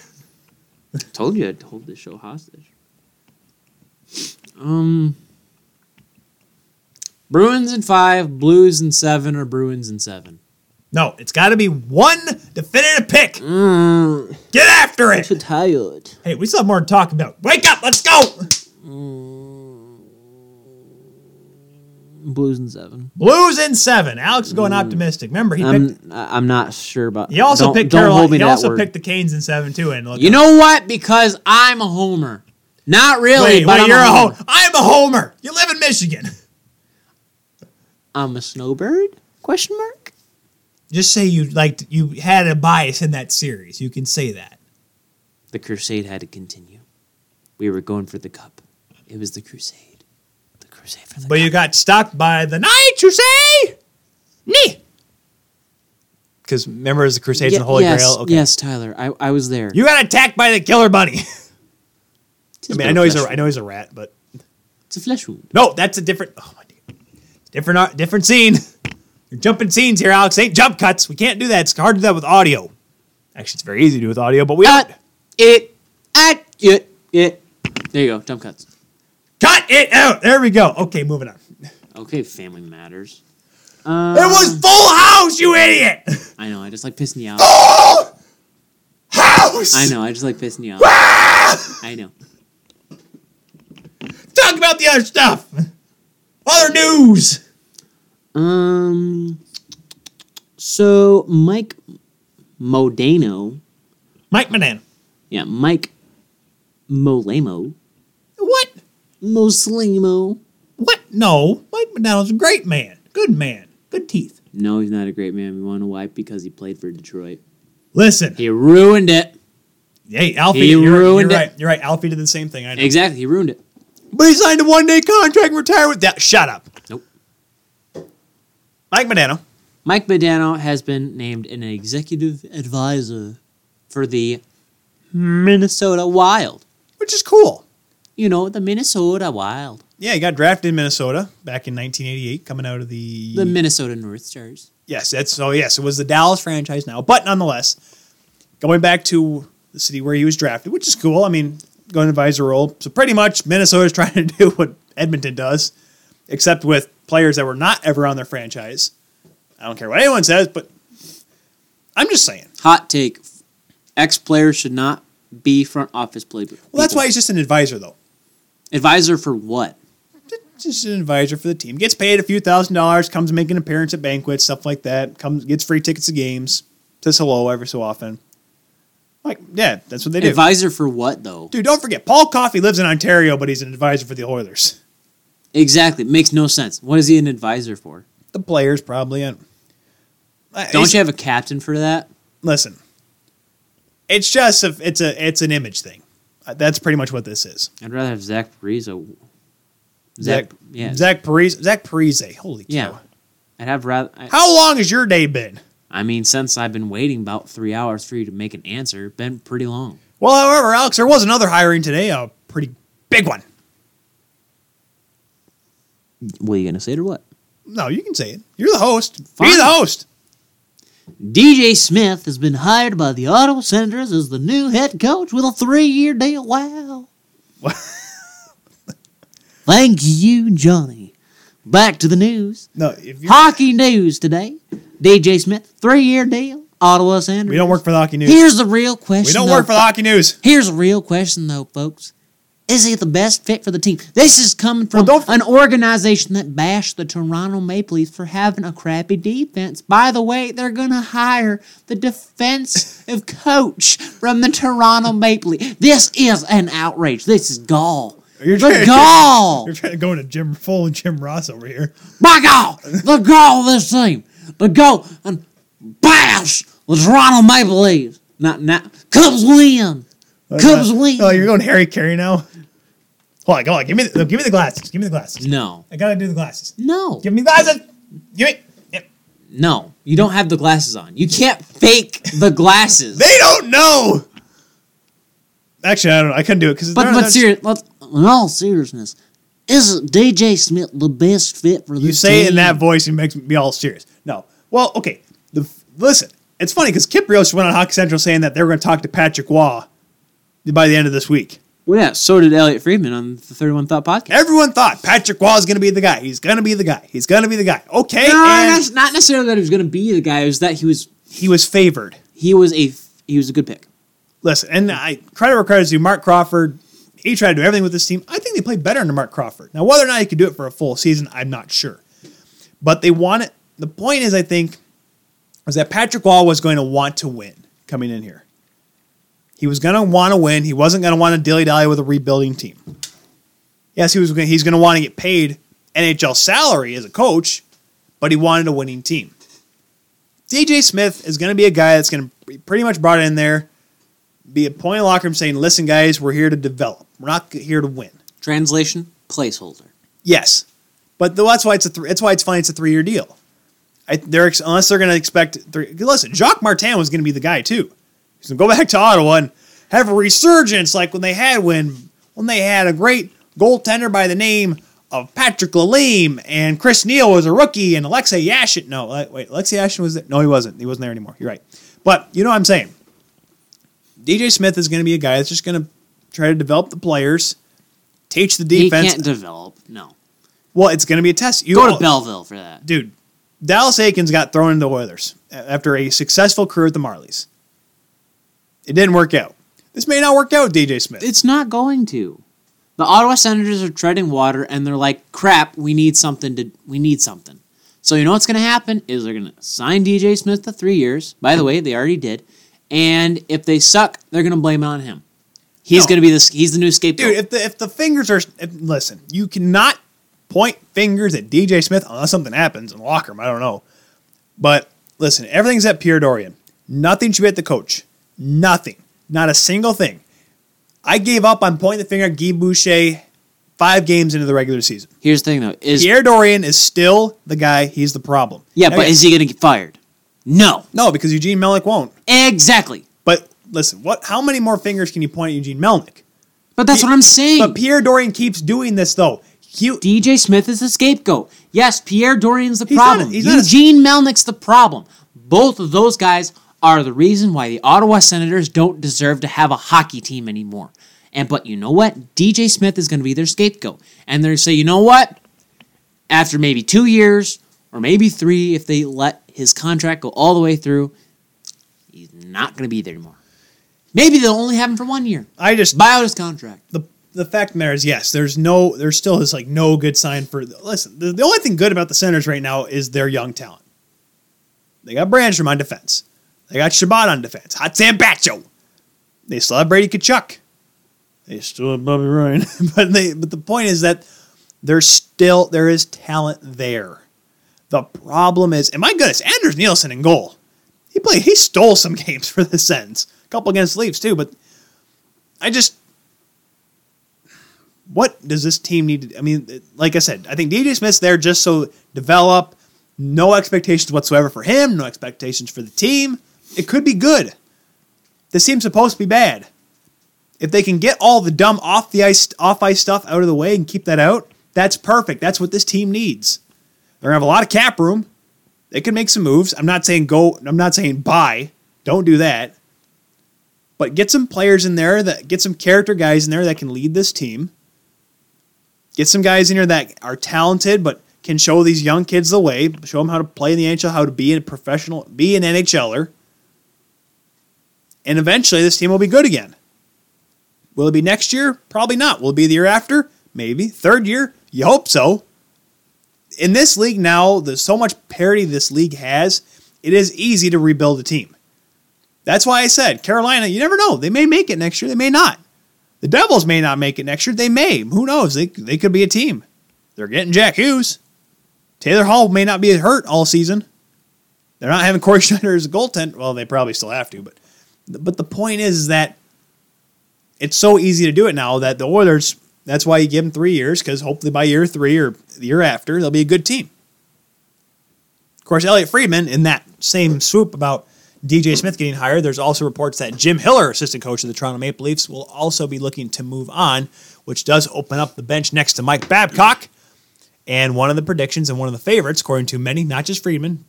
S1: Told you I'd hold this show hostage. Um, Bruins in five, Blues in seven, or Bruins in seven.
S2: No, it's got to be one definitive pick. Get after it.
S1: Too tired.
S2: Hey, we still have more to talk about. Wake up, let's go.
S1: Blues in seven.
S2: Blues in seven. Alex is going optimistic. Remember, he picked.
S1: I'm I- I'm not sure about.
S2: He also
S1: Um, don't,
S2: picked
S1: Don't
S2: Carolina.
S1: hold me
S2: He
S1: to that
S2: also
S1: word.
S2: picked the Canes in seven too. And look,
S1: You know what? Because I'm a homer. Not really,
S2: wait,
S1: but
S2: wait,
S1: I'm
S2: you're
S1: a homer.
S2: I'm a homer. You live in Michigan.
S1: I'm a snowbird? Question mark.
S2: Just say you liked you had a bias in that series. You can say that.
S1: The crusade had to continue. We were going for the cup. It was the crusade. The crusade for the
S2: But
S1: cup.
S2: you got stopped by the night, you say? Nee. Because remember, as the Crusades
S1: Ye-
S2: and the Holy
S1: yes,
S2: Grail. Okay.
S1: Yes, Tyler. I, I was there.
S2: You got attacked by the killer bunny. I
S1: Tis
S2: mean,
S1: but
S2: I know he's a,
S1: flesh
S2: I
S1: wound.
S2: know he's a rat, but
S1: It's a flesh wound.
S2: no, that's a different. Oh my God. Different art, different scene. You're jumping scenes here, Alex. Ain't jump cuts. We can't do that. It's hard to do that with audio. Actually, it's very easy to do with audio, but we don't-
S1: At it. At it. It. There you go. Jump cuts.
S2: cut it out. There we go. Okay, moving on.
S1: Okay, family matters. Uh,
S2: it was full house, you idiot.
S1: I know. I just like pissing you off.
S2: Full house.
S1: I know. I just like pissing you off. I know.
S2: Talk about the other stuff. Other news.
S1: Um. So Mike Modano,
S2: Mike Manan.
S1: yeah, Mike Molemo,
S2: What?
S1: Moslemo.
S2: What? No. Mike McDonald's a great man. Good man. Good teeth.
S1: No, he's not a great man. We want to wipe because he played for Detroit.
S2: Listen,
S1: He ruined it.
S2: hey, Alfie,
S1: he
S2: you're,
S1: ruined
S2: you're
S1: it.
S2: right. You're right. Alfie did the same thing. I know.
S1: Exactly. He ruined it.
S2: But he signed a one day contract and retired with that. Shut up.
S1: Nope.
S2: Mike Medano.
S1: Mike Medano has been named an executive advisor for the Minnesota Wild.
S2: which is cool.
S1: You know, the Minnesota Wild.
S2: Yeah, he got drafted in Minnesota back in 1988, coming out of the,
S1: The Minnesota North Stars.
S2: yes, that's so yes, it was the Dallas franchise now, but nonetheless, going back to the city where he was drafted, which is cool. I mean, going advisor role, so pretty much Minnesota's trying to do what Edmonton does, except with players that were not ever on their franchise. I don't care what anyone says, but I'm just saying.
S1: Hot take. Ex players should not be front office play.
S2: Well, that's why he's just an advisor, though.
S1: Advisor for what?
S2: just an advisor for the team. Gets paid a few thousand dollars, comes to make an appearance at banquets, stuff like that. Comes gets free tickets to games, says hello every so often. Like, yeah, that's what they do.
S1: Advisor for what, though?
S2: Dude, don't forget, Paul Coffey lives in Ontario, but he's an advisor for the Oilers.
S1: Exactly. Makes no sense. What is he an advisor for?
S2: The players probably. uh,
S1: Don't
S2: it's-
S1: you have a captain for that?
S2: Uh, listen? It's just a, it's a it's an image thing. Uh, That's pretty much what this is.
S1: I'd rather have Zach Parise.
S2: Zach,
S1: Zach, yeah,
S2: Zach Parise, Zach Parise. Holy
S1: yeah.
S2: cow!
S1: I'd have rather. I,
S2: How long has your day been?
S1: I mean, since I've been waiting about three hours for you to make an answer, been pretty long.
S2: Well, however, Alex, there was another hiring today, a pretty big one.
S1: What are you gonna say or what?
S2: No, you can say it. You're the host. Be
S1: Fine.
S2: the host.
S1: DJ Smith has been hired by the Ottawa Senators as the new head coach with a three-year deal. Wow.
S2: What?
S1: Thank you, Johnny. Back to the news.
S2: No, if you
S1: Hockey news today. DJ Smith, three-year deal. Ottawa Senators.
S2: we don't work for the hockey news.
S1: Here's the real question.
S2: we don't
S1: though,
S2: work for the hockey news.
S1: Here's a real question, though, folks. Is he the best fit for the team? This is coming from
S2: Well, don't-
S1: an organization that bashed the Toronto Maple Leafs for having a crappy defense. By the way, they're going to hire the defensive coach from the Toronto Maple Leafs. This is an outrage. This is gall.
S2: You're
S1: the
S2: trying-
S1: gall.
S2: You're trying to go into Jim full Jim Ross over here.
S1: By God, the goal of this team, the goal and bash the Toronto Maple Leafs. Not now. Cubs win. Cubs
S2: Uh,
S1: win.
S2: Oh, you're going Harry Carey now. Hold on, come on. Give me the, give me the glasses. Give me the glasses.
S1: No.
S2: I gotta do the glasses.
S1: No.
S2: Give me the glasses. Give me. Yep.
S1: No, you don't have the glasses on. You can't fake the glasses.
S2: They don't know. Actually, I don't. know. I couldn't do it because.
S1: but but serious, let's, in all seriousness, isn't DJ Smith the best fit for this
S2: You say it in
S1: team?
S2: that voice, it makes me all serious. No. Well, okay. The listen, it's funny because Kip Rios went on Hockey Central saying that they were going to talk to Patrick Waugh by the end of this week.
S1: Well, yeah. So did Elliot Friedman on the Thirty One Thought podcast.
S2: Everyone thought Patrick Waugh is going to be the guy. He's going to be the guy. He's going to be the guy. Okay,
S1: No,
S2: and
S1: that's not necessarily that he was going to be the guy. It was that he was
S2: he was favored.
S1: he was a he was a good pick.
S2: Listen, and I credit where credit's due. Mark Crawford, he tried to do everything with this team. I think they played better under Mark Crawford. Now, whether or not he could do it for a full season, I'm not sure. But they want it. The point is, I think, is that Patrick Wall was going to want to win coming in here. He was going to want to win. He wasn't going to want to dilly dally with a rebuilding team. Yes, he was. Gonna, he's going to want to get paid NHL salary as a coach, but he wanted a winning team. DJ Smith is going to be a guy that's going to be pretty much brought in there be a point in the locker room saying, listen, guys, we're here to develop. We're not here to win.
S1: Translation placeholder.
S2: Yes. But though that's why it's a th- that's why it's funny it's a three year deal. I, they're ex- unless they're going to expect three. Listen, Jacques Martin was going to be the guy too. He's going to go back to Ottawa and have a resurgence like when they had when when they had a great goaltender by the name of Patrick Lalime and Chris Neal was a rookie and Alexei Yashin. No, uh, wait, Alexei Yashin was there. No, he wasn't. He wasn't there anymore. You're right. But you know what I'm saying. DJ Smith is going to be a guy that's just going to try to develop the players, teach the
S1: He
S2: defense.
S1: can't develop. No.
S2: Well, it's going to be a test. You
S1: Go to Belleville for that.
S2: dude. Dallas Aikens got thrown into the Oilers after a successful career at the Marlies. It didn't work out. This may not work out with DJ Smith.
S1: It's not going to. The Ottawa Senators are treading water, and they're like, "Crap, we need something to. We need something." So you know what's going to happen is they're going to sign DJ Smith to three years. By the way, they already did. And if they suck, they're going to blame it on him. He's
S2: No.
S1: going to be this. He's the new scapegoat.
S2: dude, if the if the fingers are if, listen, you cannot point fingers at DJ Smith unless something happens in the locker room. I don't know. But listen, everything's at Pierre Dorian. Nothing should be at the coach. Nothing. Not a single thing. I gave up on pointing the finger at Guy Boucher five games into the regular season.
S1: Here's the thing though: is
S2: Pierre Dorian is still the guy. He's the problem.
S1: yeah,
S2: Now,
S1: but is he going to get fired? No,
S2: no, because Eugene Melnick won't.
S1: exactly.
S2: But listen, what? How many more fingers can you point at Eugene Melnick?
S1: But that's what I'm saying.
S2: But Pierre Dorian keeps doing this though. He,
S1: DJ Smith is the scapegoat. Yes, Pierre Dorian's the
S2: He's not-
S1: problem.
S2: he's not a-
S1: Eugene Melnick's the problem. Both of those guys are the reason why the Ottawa Senators don't deserve to have a hockey team anymore. And but you know what? DJ Smith is going to be their scapegoat. And they're going to say, you know what? After maybe two years or maybe three, if they let his contract go all the way through, he's not going to be there anymore. Maybe they'll only have him for one year.
S2: I just
S1: Buy out his contract.
S2: the the fact of the matter is, yes, there's no, there's still is like no good sign for. Listen, the, the only thing good about the Senators right now is their young talent. They got Brandstrom on defense. They got Shabbat on defense. Hot Sam Bacho. They still have Brady Kachuk. They still have Bobby Ryan. but they, but the point is that there's still there is talent there. The problem is, and my goodness, Anders Nielsen in goal. He played. He stole some games for the Sens. A couple against the Leafs too. But I just what does this team need to? I mean, it- like I said, I think DJ Smith's there just so develop. No expectations whatsoever for him. No expectations for the team. It could be good. This team's supposed to be bad. If they can get all the dumb off the ice off ice stuff out of the way and keep that out, that's perfect. That's what this team needs. They're gonna have a lot of cap room. They can make some moves. I'm not saying go. I'm not saying buy. Don't do that. But get some players in there that get some character guys in there that can lead this team get some guys in here that are talented but can show these young kids the way, show them how to play in the NHL, how to be a professional, be an NHLer. And eventually this team will be good again. Will it be next year? Probably not. Will it be the year after? Maybe. Third year? You hope so. In this league now, there's so much parity this league has, it is easy to rebuild a team. That's why I said Carolina, you never know. They may make it next year, they may not. The Devils may not make it next year. They may. Who knows? They, they could be a team. They're getting Jack Hughes. Taylor Hall may not be hurt all season. They're not having Corey Schneider as a goaltender. Well, they probably still have to, but but the point is, is that it's so easy to do it now that the Oilers. That's why you give them three years because hopefully by year three or the year after they'll be a good team. Of course, Elliot Friedman in that same swoop about DJ Smith getting hired, there's also reports that Jim Hiller, assistant coach of the Toronto Maple Leafs, will also be looking to move on, which does open up the bench next to Mike Babcock. And one of the predictions and one of the favorites, according to many, not just Friedman,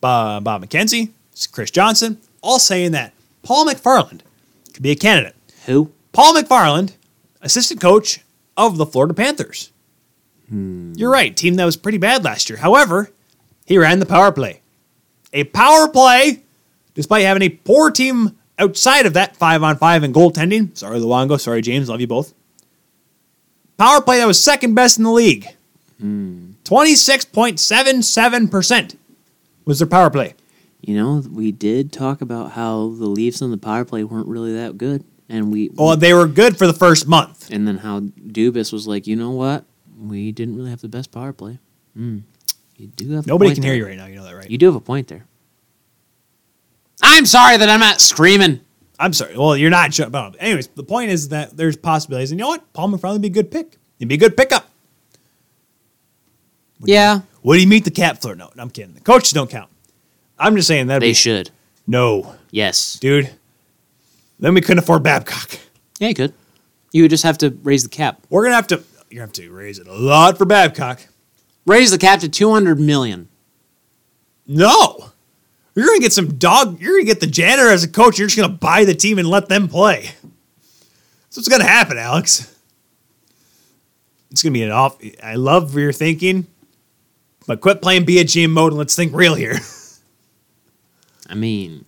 S2: Bob, Bob McKenzie, Chris Johnson, all saying that Paul McFarland could be a candidate.
S1: Who?
S2: Paul McFarland, assistant coach of the Florida Panthers. You're right, team that was pretty bad last year. However, he ran the power play. A power play, despite having a poor team outside of that five on five in goaltending. Sorry, Luongo. Sorry, James. Love you both. Power play that was second best in the league. 26.77% was their power play.
S1: You know, we did talk about how the Leafs on the power play weren't really that good, and we
S2: Well, they were good for the first month.
S1: and then how Dubas was like, you know what, we didn't really have the best power play. Mm. You do have a
S2: Nobody
S1: point
S2: can hear
S1: there.
S2: you right now. You know that, right?
S1: You do have a point there. I'm sorry that I'm not screaming.
S2: I'm sorry. Well, you're not. Shut up. Anyways, the point is that there's possibilities, and you know what? Paul McFarland would be a good pick. He'd be a good pickup.
S1: yeah,
S2: Would he meet the cat flirt? No, I'm kidding. The coaches don't count. I'm just saying that.
S1: they should.
S2: No,
S1: Yes.
S2: dude. Then we couldn't afford Babcock.
S1: Yeah, you could. You would just have to raise the cap.
S2: We're gonna have to. You're gonna have to raise it a lot for Babcock.
S1: Raise the cap to 200 million.
S2: No, you're gonna get some dog. You're gonna get the janitor as a coach. You're just gonna buy the team and let them play. That's what's gonna happen, Alex. It's gonna be an off. I love where you're thinking, but quit playing be a GM mode and let's think real here.
S1: I mean,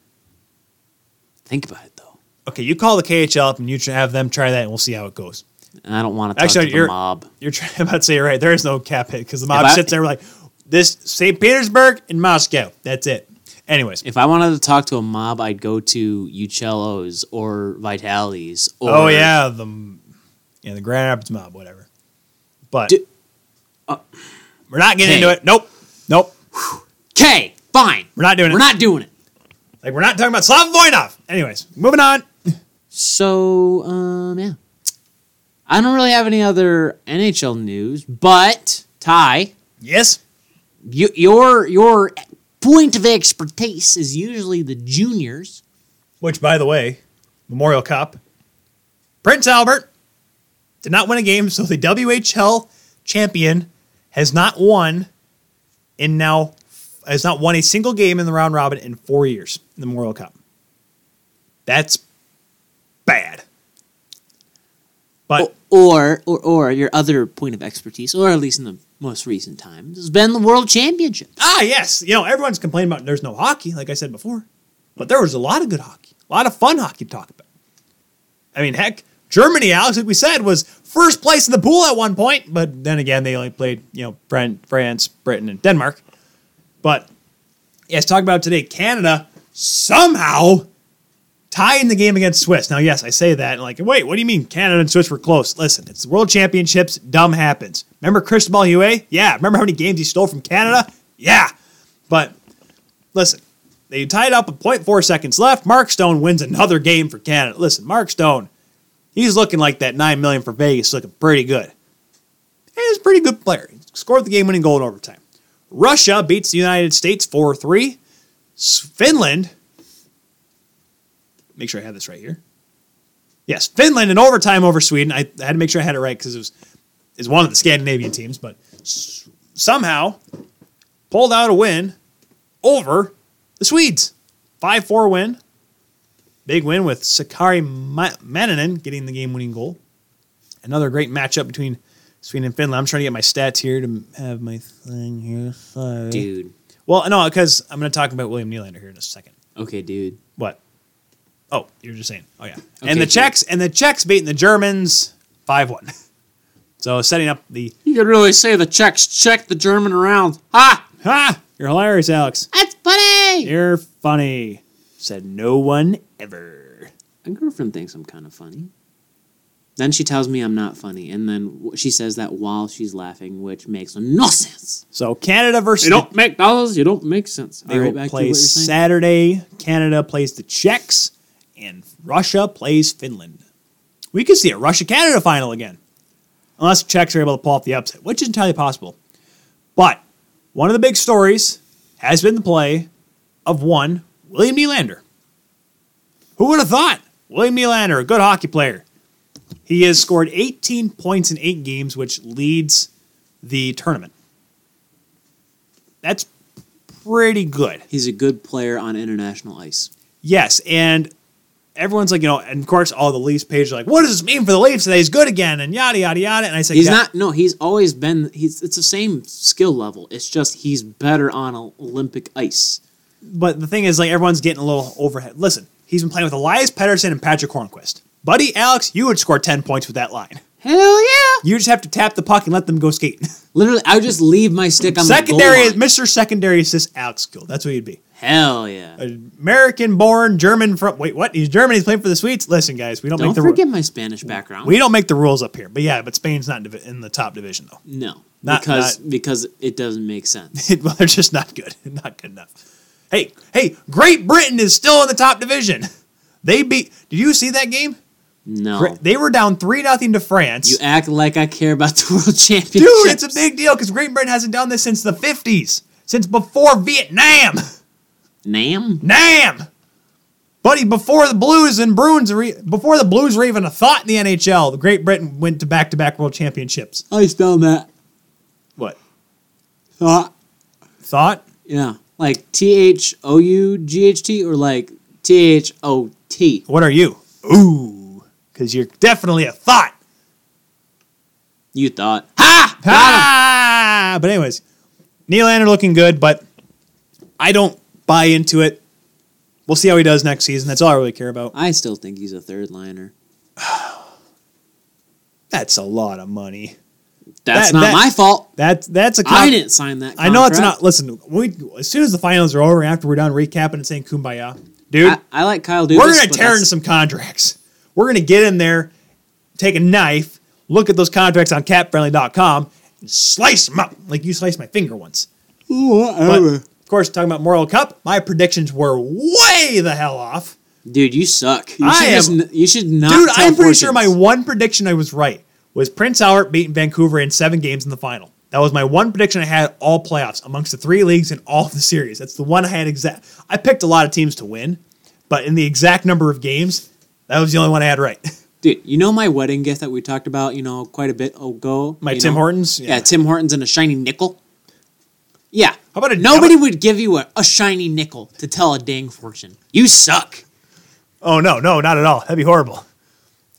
S1: think about it though.
S2: okay, you call the KHL up and you try have them try that, and we'll see how it goes.
S1: And I don't want to talk
S2: Actually,
S1: to the
S2: you're-
S1: mob.
S2: You're trying I'm about to say you're right. There is no cap hit because the mob
S1: If I-
S2: sits there like this: St. Petersburg and Moscow. That's it. Anyways,
S1: If I wanted to talk to a mob, I'd go to Uccello's or Vitali's. Or,
S2: oh yeah, the yeah the Grand Rapids mob, whatever. But
S1: Do-
S2: we're not getting
S1: uh, Hey.
S2: into it. Nope, nope.
S1: K Fine.
S2: We're not doing it.
S1: We're not doing it.
S2: Like we're not talking about Slav Voinov. Anyways, moving on.
S1: So, um, yeah. I don't really have any other NHL news, but Ty,
S2: Yes.
S1: you, your your point of expertise is usually the juniors.
S2: Which, by the way, Memorial Cup. Prince Albert did not win a game, so the WHL champion has not won in now has not won a single game in the round robin in four years in the Memorial Cup. That's bad. But
S1: Or, or or your other point of expertise, or at least in the most recent times, has been the World Championships.
S2: ah, yes, you know everyone's complaining about there's no hockey, like I said before, but there was a lot of good hockey, a lot of fun hockey to talk about. I mean, heck, Germany, Alex, like we said, was first place in the pool at one point, but then again, they only played you know Fran- France, Britain, and Denmark. But yes, talking about today, Canada somehow tying the game against Swiss. Now, yes, I say that, and like, wait, what do you mean Canada and Swiss were close? Listen, it's the World Championships. Dumb happens. Remember Cristobal Huet? Yeah. Remember how many games he stole from Canada? Yeah. But listen, they tied up with 0.4 seconds left. Mark Stone wins another game for Canada. Listen, Mark Stone, he's looking like that nine million for Vegas, looking pretty good. And he's a pretty good player. He scored the game-winning goal in overtime. Russia beats the United States 4-3. S- Finland, make sure I have this right here. Yes, Finland in overtime over Sweden. I, I had to make sure I had it right because it was is one of the Scandinavian teams, but s- somehow pulled out a win over the Swedes. 5 4 win. Big win with Sakari Ma- Maninen getting the game winning goal. Another great matchup between Sweden and Finland. I'm trying to get my stats here to have my thing here. Sorry.
S1: Dude.
S2: Well, no, because I'm going to talk about William Nylander here in a second.
S1: Okay, dude.
S2: What? Oh, you were just saying. Oh yeah.
S1: Okay,
S2: and the
S1: sure.
S2: Czechs and the Czechs beating the Germans five one. So setting up the
S1: You could really say the Czechs checked the German around. Ha!
S2: ha. You're hilarious, Alex.
S1: That's funny!
S2: You're funny. Said no one ever.
S1: My girlfriend thinks I'm kind of funny. Then she tells me I'm not funny, and then w- she says that while she's laughing, which makes no sense.
S2: So Canada versus
S1: You don't make dollars, you don't make sense.
S2: they will play Saturday. Canada plays the Czechs, and Russia plays Finland. We could see a Russia Canada final again, unless the Czechs are able to pull off the upset, which is entirely possible. But one of the big stories has been the play of one William Nylander. Who would have thought William Nylander, a good hockey player? He has scored 18 points in eight games, which leads the tournament. That's pretty good.
S1: He's a good player on international ice.
S2: Yes, and everyone's like, you know, and of course, all the Leafs page are like, what does this mean for the Leafs? That he's good again, and yada yada yada. And I said,
S1: He's
S2: "Yeah,
S1: not. No, he's always been. He's. It's the same skill level. It's just he's better on o- Olympic ice.
S2: But the thing is, like, everyone's getting a little overhead. Listen, he's been playing with Elias Pettersson and Patrick Hornquist. Buddy, Alex, you would score ten points with that line.
S1: Hell yeah!
S2: You just have to tap the puck and let them go skate.
S1: Literally, I would just leave my stick on
S2: secondary,
S1: the goal line.
S2: Mr. Secondary Assist Alex Gill. That's what you'd be.
S1: Hell yeah!
S2: Uh, American-born, German from. Wait, what? He's German. He's playing for the Swedes. Listen, guys, we don't,
S1: Don't
S2: make the
S1: forget
S2: rules.
S1: my Spanish background.
S2: We don't make the rules up here. But yeah, but Spain's not in divi- in the top division though.
S1: no,
S2: Not-
S1: because
S2: not-
S1: because it doesn't make sense.
S2: well, they're just not good. Not good enough. Hey, hey, Great Britain is still in the top division. They beat. Did you see that game?
S1: No,
S2: Gre- They were down three nothing to France.
S1: You act like I care about the world championships.
S2: Dude, it's a big deal because Great Britain hasn't done this since the fifties, since before Vietnam.
S1: Nam?
S2: Nam, buddy. Before the Blues and Bruins, were e- before the Blues were even a thought in the NHL, the Great Britain went to back to back World Championships.
S1: I spell that.
S2: What
S1: Thought.
S2: thought?
S1: Yeah. Like T H O U G H T or like T H O T.
S2: What are you? Ooh, because you're definitely a thought.
S1: You thought.
S2: Ah! But anyways, Nylander looking good, but I don't buy into it. We'll see how he does next season. That's all I really care about.
S1: I still think he's a third liner.
S2: That's a lot of money.
S1: That's
S2: That-
S1: not
S2: that-
S1: my fault.
S2: That's that's a.
S1: I didn't sign that.
S2: I know it's
S1: contract.
S2: not. Listen, we as soon as the finals are over, and after we're done recapping and saying kumbaya, dude,
S1: I, I like Kyle Dubas.
S2: we're gonna
S1: but
S2: tear
S1: Ah, that's-
S2: into some contracts. We're gonna get in there, take a knife, look at those contracts on CapFriendly.com, and slice them up like you sliced my finger once.
S1: Ooh,
S2: But
S1: whatever.
S2: course, talking about Mortal Cup, my predictions were way the hell off.
S1: Dude, you suck. You
S2: I
S1: should just
S2: am-
S1: n- you should not.
S2: Dude,
S1: tell
S2: I'm pretty sure my
S1: fortunes.
S2: one prediction I was right was Prince Albert beating Vancouver in seven games in the final. That was my one prediction I had all playoffs amongst the three leagues in all of the series. That's the one I had exact. I picked a lot of teams to win, but in the exact number of games, that was the only one I had right.
S1: Dude, you know my wedding gift that we talked about, you know, quite a bit ago.
S2: My
S1: you
S2: Tim
S1: know?
S2: Hortons?
S1: Yeah.
S2: Yeah.
S1: Tim Hortons and a shiny nickel. Yeah.
S2: How about a-
S1: nobody would give you a, a shiny nickel to tell a dang fortune? You suck.
S2: oh no, no, not at all. That'd be horrible.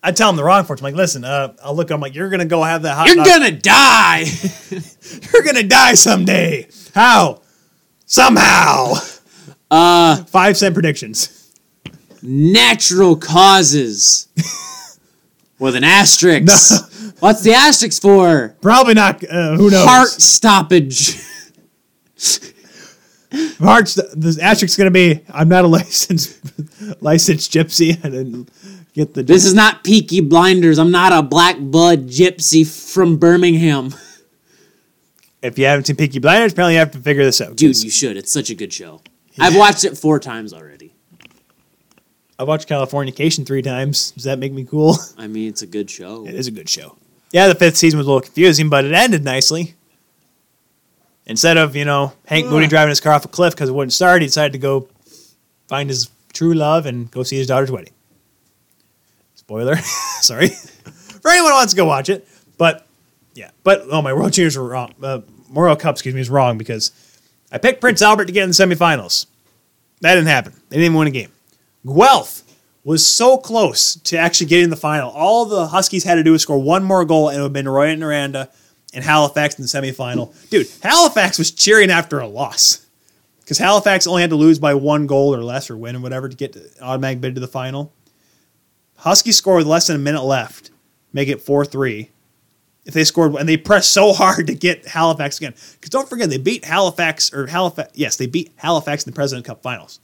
S2: I tell them the wrong fortune. I'm like, listen, uh, I'll look. I'm like, you're gonna go have that hot.
S1: You're
S2: dog-
S1: gonna die.
S2: you're gonna die someday. How? Somehow. Uh, five cent predictions.
S1: Natural causes. With an asterisk.
S2: No.
S1: What's the asterisk for?
S2: Probably not. Uh, who knows?
S1: Heart stoppage.
S2: March, the, the asterisk's going to be I'm not a licensed licensed gypsy. I didn't get the.
S1: This is not Peaky Blinders. I'm not a black blood gypsy from Birmingham.
S2: if you haven't seen Peaky Blinders, apparently you have to figure this out.
S1: Dude,
S2: 'cause
S1: you should. It's such a good show. I've watched it four times already.
S2: I watched Californication three times. Does that make me cool?
S1: I mean, it's a good show.
S2: It is a good show. Yeah, the fifth season was a little confusing, but it ended nicely. Instead of you know Hank Moody driving his car off a cliff because it wouldn't start, he decided to go find his true love and go see his daughter's wedding. Spoiler, sorry for anyone who wants to go watch it. But yeah, but oh my World Juniors were wrong. Uh, World Cup, excuse me, is wrong because I picked Prince Albert to get in the semifinals. That didn't happen. They didn't even win a game. Guelph was so close to actually getting the final. All the Huskies had to do was score one more goal, and it would have been Roy and Miranda and Halifax in the semifinal. Dude, Halifax was cheering after a loss because Halifax only had to lose by one goal or less or win or whatever to get to automatic bid to the final. Huskies score with less than a minute left, make it 4 3. If they scored, and they pressed so hard to get Halifax again. Because don't forget, they beat Halifax, or Halifax, yes, they beat Halifax in the President Cup finals.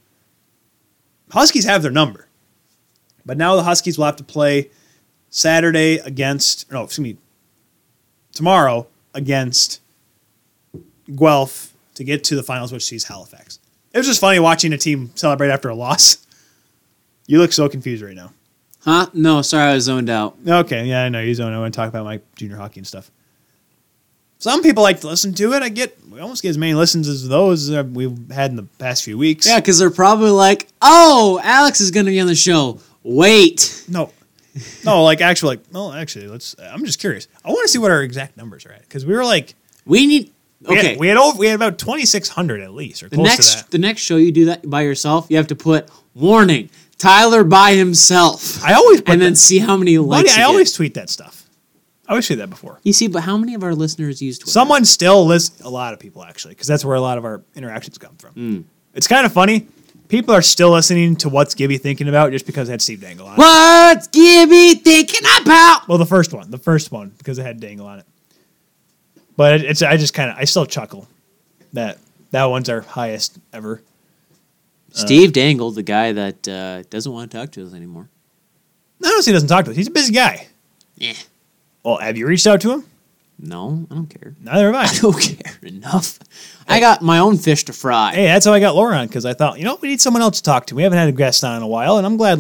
S2: Huskies have their number. But now the Huskies will have to play Saturday against, no, excuse me, tomorrow against Guelph to get to the finals, which sees Halifax. It was just funny watching a team celebrate after a loss. You look so confused right now.
S1: Huh? No, sorry, I was zoned out.
S2: Okay, yeah, I know you don't. I want to talk about my junior hockey and stuff. Some people like to listen to it. I get we almost get as many listens as those uh, we've had in the past few weeks.
S1: Yeah, because they're probably like, oh, Alex is going to be on the show. Wait.
S2: No. No, like actually, like, well, actually, let's. I'm just curious. I want to see what our exact numbers are at because we were like,
S1: We need.
S2: we
S1: Okay.
S2: had, we had over, we had about 2,600 at least, or
S1: the
S2: close to
S1: next
S2: that.
S1: the next show you do that by yourself, you have to put warning Tyler by himself.
S2: I always put
S1: and then
S2: that-
S1: see how many
S2: Buddy,
S1: likes. you
S2: I
S1: get.
S2: always tweet that stuff. I always tweet that before.
S1: You see, but how many of our listeners use Twitter?
S2: Someone still lists a lot of people actually because that's where a lot of our interactions come from.
S1: Hmm.
S2: It's kind of funny. People are still listening to what's Gibby thinking about just because it had Steve Dangle on. it.
S1: What's Gibby thinking about?
S2: Well, the first one, the first one, because it had Dangle on it. But it, it's I just kind of I still chuckle that that one's our highest ever. Uh,
S1: Steve Dangle, the guy that uh, doesn't want to talk to us anymore.
S2: I don't see he doesn't talk to us. He's a busy guy.
S1: Eh.
S2: Well, have you reached out to him?
S1: No, I don't care.
S2: Neither have I.
S1: I don't care enough. I got my own fish to fry.
S2: hey, that's how I got Laura on because I thought, you know, we need someone else to talk to. We haven't had a guest on in a while, and I'm glad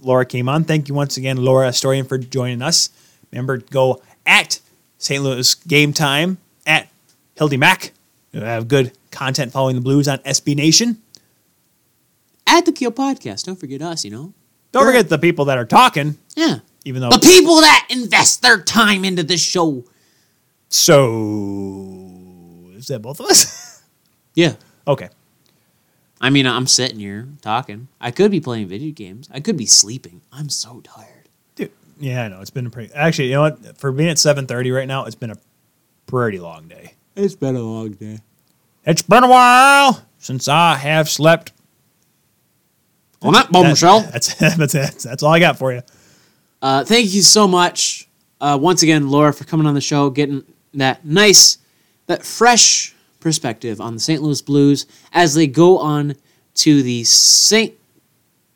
S2: Laura came on. Thank you once again, Laura Astorian, for joining us. Remember, go at St. Louis Game Time at Hildy Mac. We have good content following the Blues on SB Nation.
S1: At the Keel Podcast, don't forget us, you know?
S2: Don't forget the people that are talking,
S1: Yeah.
S2: even though.
S1: The people that invest their time into this show.
S2: so, is that both of us?
S1: Yeah.
S2: okay.
S1: I mean, I'm sitting here talking. I could be playing video games. I could be sleeping. I'm so tired.
S2: Dude, yeah, I know it's been a pretty. Actually, you know what? For being at seven thirty right now, it's been a pretty long day.
S1: It's been a long day.
S2: It's been a while since I have slept.
S1: On that
S2: That-
S1: bombshell,
S2: That's that's, that's that's all I got for you.
S1: uh, thank you so much uh, once again, Laura, for coming on the show, getting that nice, that fresh perspective on the St. Louis Blues as they go on to the St.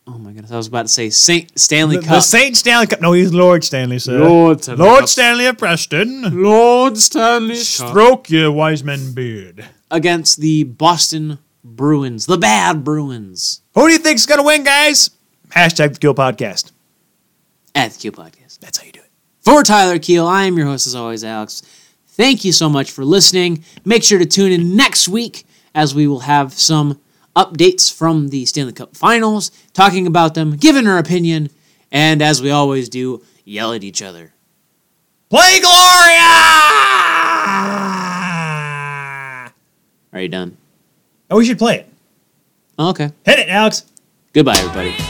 S1: Oh my goodness, I was about to say St. Stanley
S2: The,
S1: Cup.
S2: the Saint Stanley Cup. No, he's Lord Stanley, sir.
S1: Lord Stanley
S2: Lord
S1: Cup.
S2: Stanley of Preston.
S1: Lord Stanley
S2: Stroke your wise men beard.
S1: against the Boston Bruins, the bad Bruins,
S2: Who do you think's gonna win, guys? Hashtag the Kill Podcast.
S1: at the Q Podcast.
S2: That's how you do it.
S1: For Tyler Keel, I am your host as always, Alex. Thank you so much for listening. Make sure to tune in next week as we will have some updates from the Stanley Cup Finals, talking about them, giving our opinion, and as we always do, yell at each other.
S2: Play Gloria.
S1: Are you done?
S2: Oh, we should play it.
S1: Okay.
S2: Hit it, Alex.
S1: Goodbye, everybody.